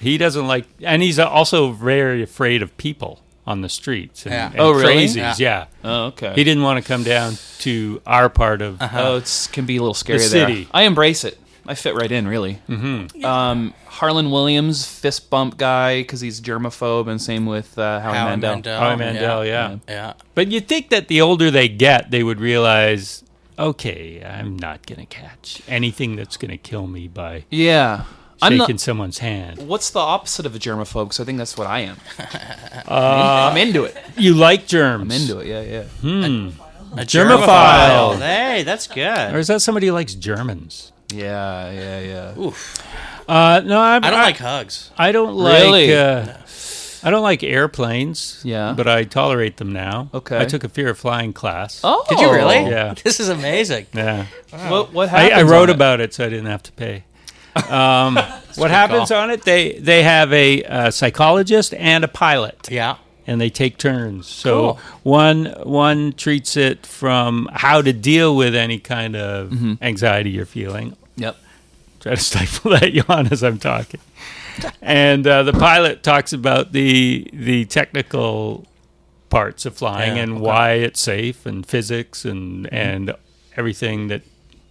he doesn't like, and he's also very afraid of people on the streets. And,
Yeah.
and
Oh, really?
Crazies, yeah.
Oh okay.
Mm-hmm. He didn't want to come down to our part of.
Oh, it can be a little scary
The
there.
city.
I embrace it. I fit right in, really. Mm-hmm. Um, Harlan Williams, fist bump guy, because he's germaphobe, and same with uh, Howie,
Howie
Mandel.
Mandel.
Howie
Um,
Mandel, yeah.
Oh,
yeah.
But you'd think that the older they get, they would realize, okay, I'm not going to catch anything that's going to kill me by
Yeah, I'm
shaking
not.
someone's hand.
What's the opposite of a germaphobe? 'Cause I think that's what I
[laughs]
am.
Uh,
I'm into it.
You like germs.
I'm into it. Yeah, yeah.
A
Germophile.
Hey, that's
Or
good.
is that somebody who likes Germans?
Yeah, yeah, yeah.
Uh, no, I'm,
I don't like hugs.
I don't like.
Really?
Uh, I don't like airplanes.
Yeah.
But I tolerate them now.
Okay.
I took a fear of flying class.
Oh,
Did you
[laughs]
really?
Yeah.
This is amazing.
Yeah.
What, what
I,
happened?
I wrote about it, so I didn't have to pay.
[laughs]
Um, what happens on it? They they have a uh, psychologist and a pilot,
Yeah.
and they take turns. So
Cool.
one one treats it from how to deal with any kind of
Mm-hmm.
anxiety you're feeling.
Yep.
Try to [laughs] stifle that yawn as I'm talking. And uh, the pilot talks about the the technical parts of flying
Yeah,
and
okay.
why it's safe and physics and and everything that.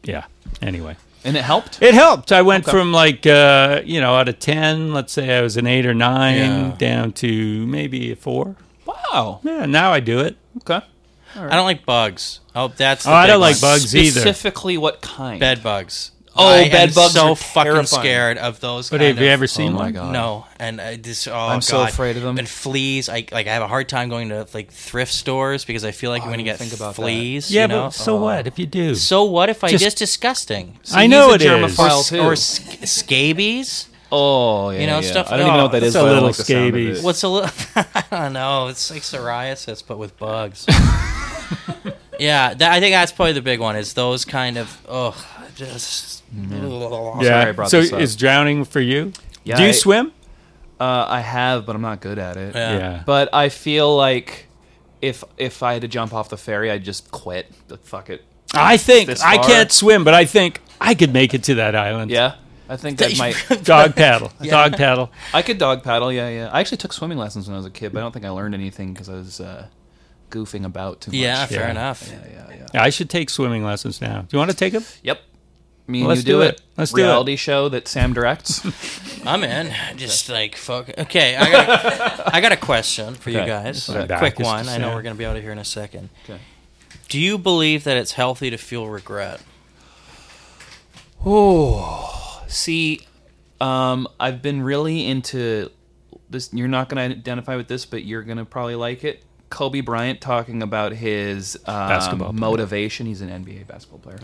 Yeah. Anyway.
And it helped.
It helped. I went from like uh, you know out of ten, let's say I was an eight or nine,
Yeah.
down to maybe a four.
Wow.
Yeah, now I do it.
Okay.
I don't like bugs. Oh, that's. The
Oh, I
big
don't like
one.
bugs either.
Specifically, what kind?
Bed bugs.
Oh,
I
bed
am
bugs
So
are
fucking
terrifying.
scared of those.
But
kind
have you
of- Oh
ever seen
Oh my
one?
God.
No, and I just oh
I'm so
God.
afraid of them.
And fleas, I like I have a hard time going to like thrift stores because I feel like I'm
I
going to
didn't
get
Oh, think about that. Oh.
fleas.
Yeah,
you know? Oh.
but so what if you do?
So what if I
Just-
just, disgusting?
So
I
he's
know
a
it is.
germophile,
Or-
too.
Or sc- scabies?
oh, yeah,
you know,
yeah.
stuff-
I don't even know what that
oh,
is.
it's a
but I
little
like the sound of
scabies.
it.
What's a little? [laughs] I don't know. It's like psoriasis, but
[laughs]
with bugs. yeah, that, I think that's probably the big one. Is those kind of oh, just
yeah.
Sorry I brought
so
this up.
is drowning for you?
Yeah,
do you
I-
swim?
Uh, I have, but I'm not good at it.
Yeah.
But I feel like if if I had to jump off the ferry, I'd just quit. Like, fuck it.
I think
This
I
far?
can't swim, but I think I could make it to that island.
Yeah, I think that might. [laughs]
[laughs] Dog paddle. Dog paddle.
I could dog paddle. Yeah, yeah. I actually took swimming lessons when I was a kid, but I don't think I learned anything because I was uh, goofing about too much.
yeah, fair
Yeah.
enough.
yeah, yeah. yeah.
Yeah, I should take swimming lessons now. Do you want to take them?
Yep. Me
Well,
and
let's
you do,
do
it.
it. Let's do it.
reality show that Sam
[laughs]
directs.
I'm in. Just like fuck. Okay, I got a, I got a question for you
Okay.
guys.
My
A
back
quick
is
one. I know
sand.
we're gonna be out of here in a second.
Okay.
Do you believe that it's healthy to feel regret?
See, um, I've been really into this. You're not going to identify with this, but you're going to probably like it. Kobe Bryant talking about his um,
Basketball player.
motivation. He's an NBA basketball player.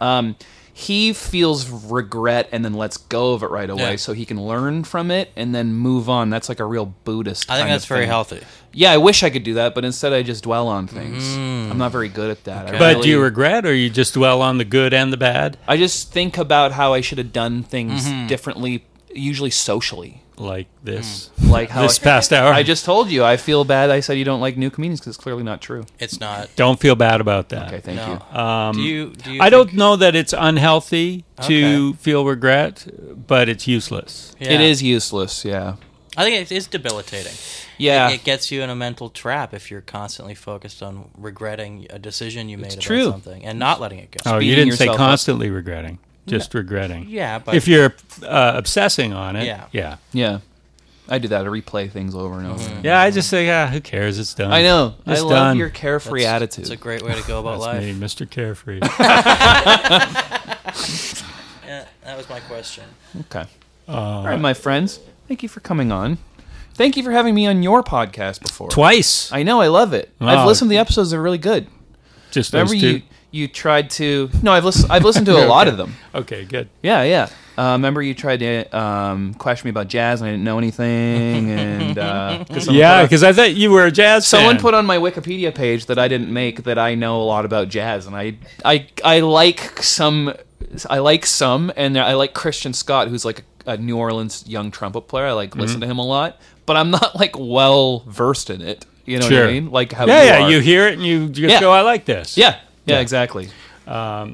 Um, he feels regret and then lets go of it right away,
Yeah.
so he can learn from it and then move on. That's like a real Buddhist.
I think
kind of
that's very
thing.
healthy.
Yeah, I wish I could do that, but instead I just dwell on things. I'm not very good at that. I
But
really-
do you regret, or you just dwell on the good and the bad?
I just think about how I should have done things differently, usually socially.
like this
Like Hmm. how
this
I,
past hour.
I just told you I feel bad. I said you don't like new comedians because it's clearly not true.
It's not.
don't feel bad about that. Um,
Okay, thank you.
No. do you? Do you
I don't
think-
know that it's unhealthy to
Okay.
feel regret, but it's useless.
Yeah.
It is useless. Yeah,
I think it is debilitating.
yeah.
It gets you in a mental trap if you're constantly focused on regretting a decision you made about
true.
something and not letting it go.
Oh, you
beating
didn't say
yourself up.
constantly regretting, just regretting.
Yeah, but
if you're uh, obsessing on it,
Yeah.
yeah.
yeah. I do that. I replay things over and over.
Yeah, I just say, yeah, who cares? It's done.
I know.
It's
I love
done.
your carefree attitude.
It's a great way to go about
[laughs]
life.
That's me,
[laughs]
Mr. Carefree.
Yeah, that was my question.
Okay. All right, my friends. Thank you for coming on. Thank you for having me on your podcast before.
Twice.
I know. I love it.
Wow.
I've listened to the episodes. They're really good.
just those
Remember you?
two.
You tried to. No, I've listened. I've
[laughs]
listened to a lot of them.
Okay, good.
Yeah, yeah. Uh, remember you tried to um, question me about jazz and I didn't know anything, and uh, 'cause someone
Yeah,
put on-
because I thought you were a jazz
someone
fan.
put on my Wikipedia page that I didn't make that I know a lot about jazz, and I I I like some I like some, and I like Christian Scott, who's like a New Orleans young trumpet player. I like
Mm-hmm.
listen to him a lot, but I'm not like well versed in it. You know
Sure.
what I mean? Like how
Yeah,
you
yeah.
are.
You hear it and you just
Yeah.
go, I like this.
yeah yeah exactly.
yeah.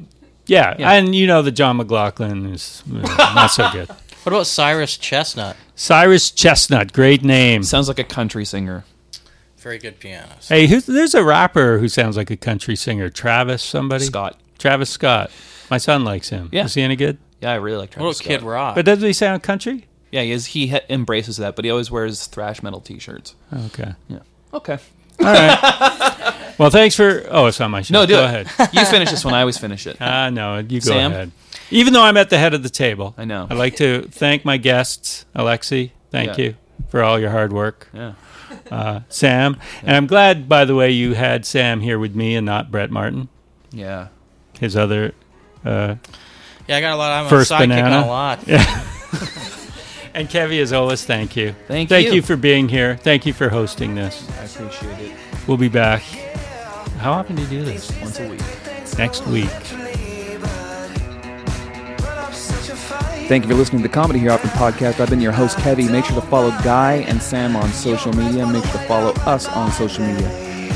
Yeah.
And you know the John McLaughlin is uh, not so
[laughs]
good.
What about Cyrus Chestnut?
Cyrus Chestnut, great name.
Sounds like a country singer.
Very good pianist.
Hey, who's, there's a rapper who sounds like a country singer, Travis somebody.
Scott.
Travis Scott. My son likes him.
Yeah. Uh,
Is he any good?
Yeah, I really like. Travis
What about
Scott.
Kid Rock?
But doesn't he sound country?
Yeah, he is. He ha- embraces that, but he always wears thrash metal T-shirts.
Okay.
Yeah. Okay.
Well, thanks for. Oh, it's on my show.
No, do
go
it. [laughs]
ahead.
You finish this one. I always finish
[laughs]
it.
Ah, no, you go
Sam?
ahead. Even though I'm at the head of the table,
I know.
I'd like to thank my guests, Alexi. Thank
Yeah.
you for all your hard work,
Yeah.
Sam. And I'm glad, by the way, you had Sam here with me and not Brett Martin,
Yeah.
his other. Uh,
yeah, I got a lot. I'm a
First
sidekick on
banana.
a lot.
and Kevy, as always, thank you.
Thank
Thank
you.
you for being here. Thank you for hosting this.
I appreciate it.
We'll be back. How often do you do this?
Once a week.
Next week.
Thank you for listening to Comedy Here Often Podcast. I've been your host, Kevy. Make sure to follow Guy and Sam on social media. Make sure to follow us on social media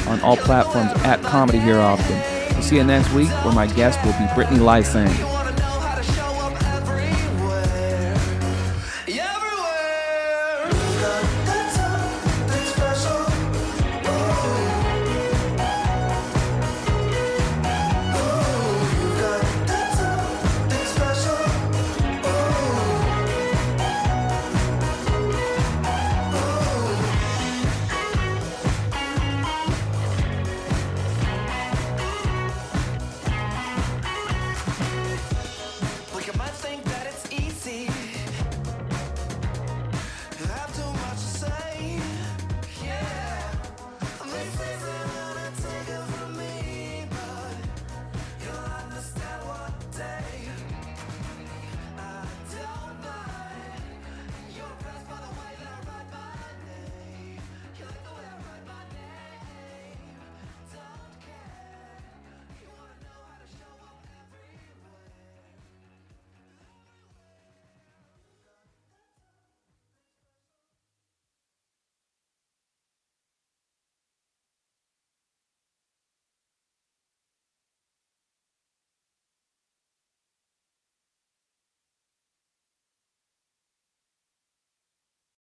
on all platforms at Comedy Here Often. We'll see you next week where my guest will be Brittany Lysang.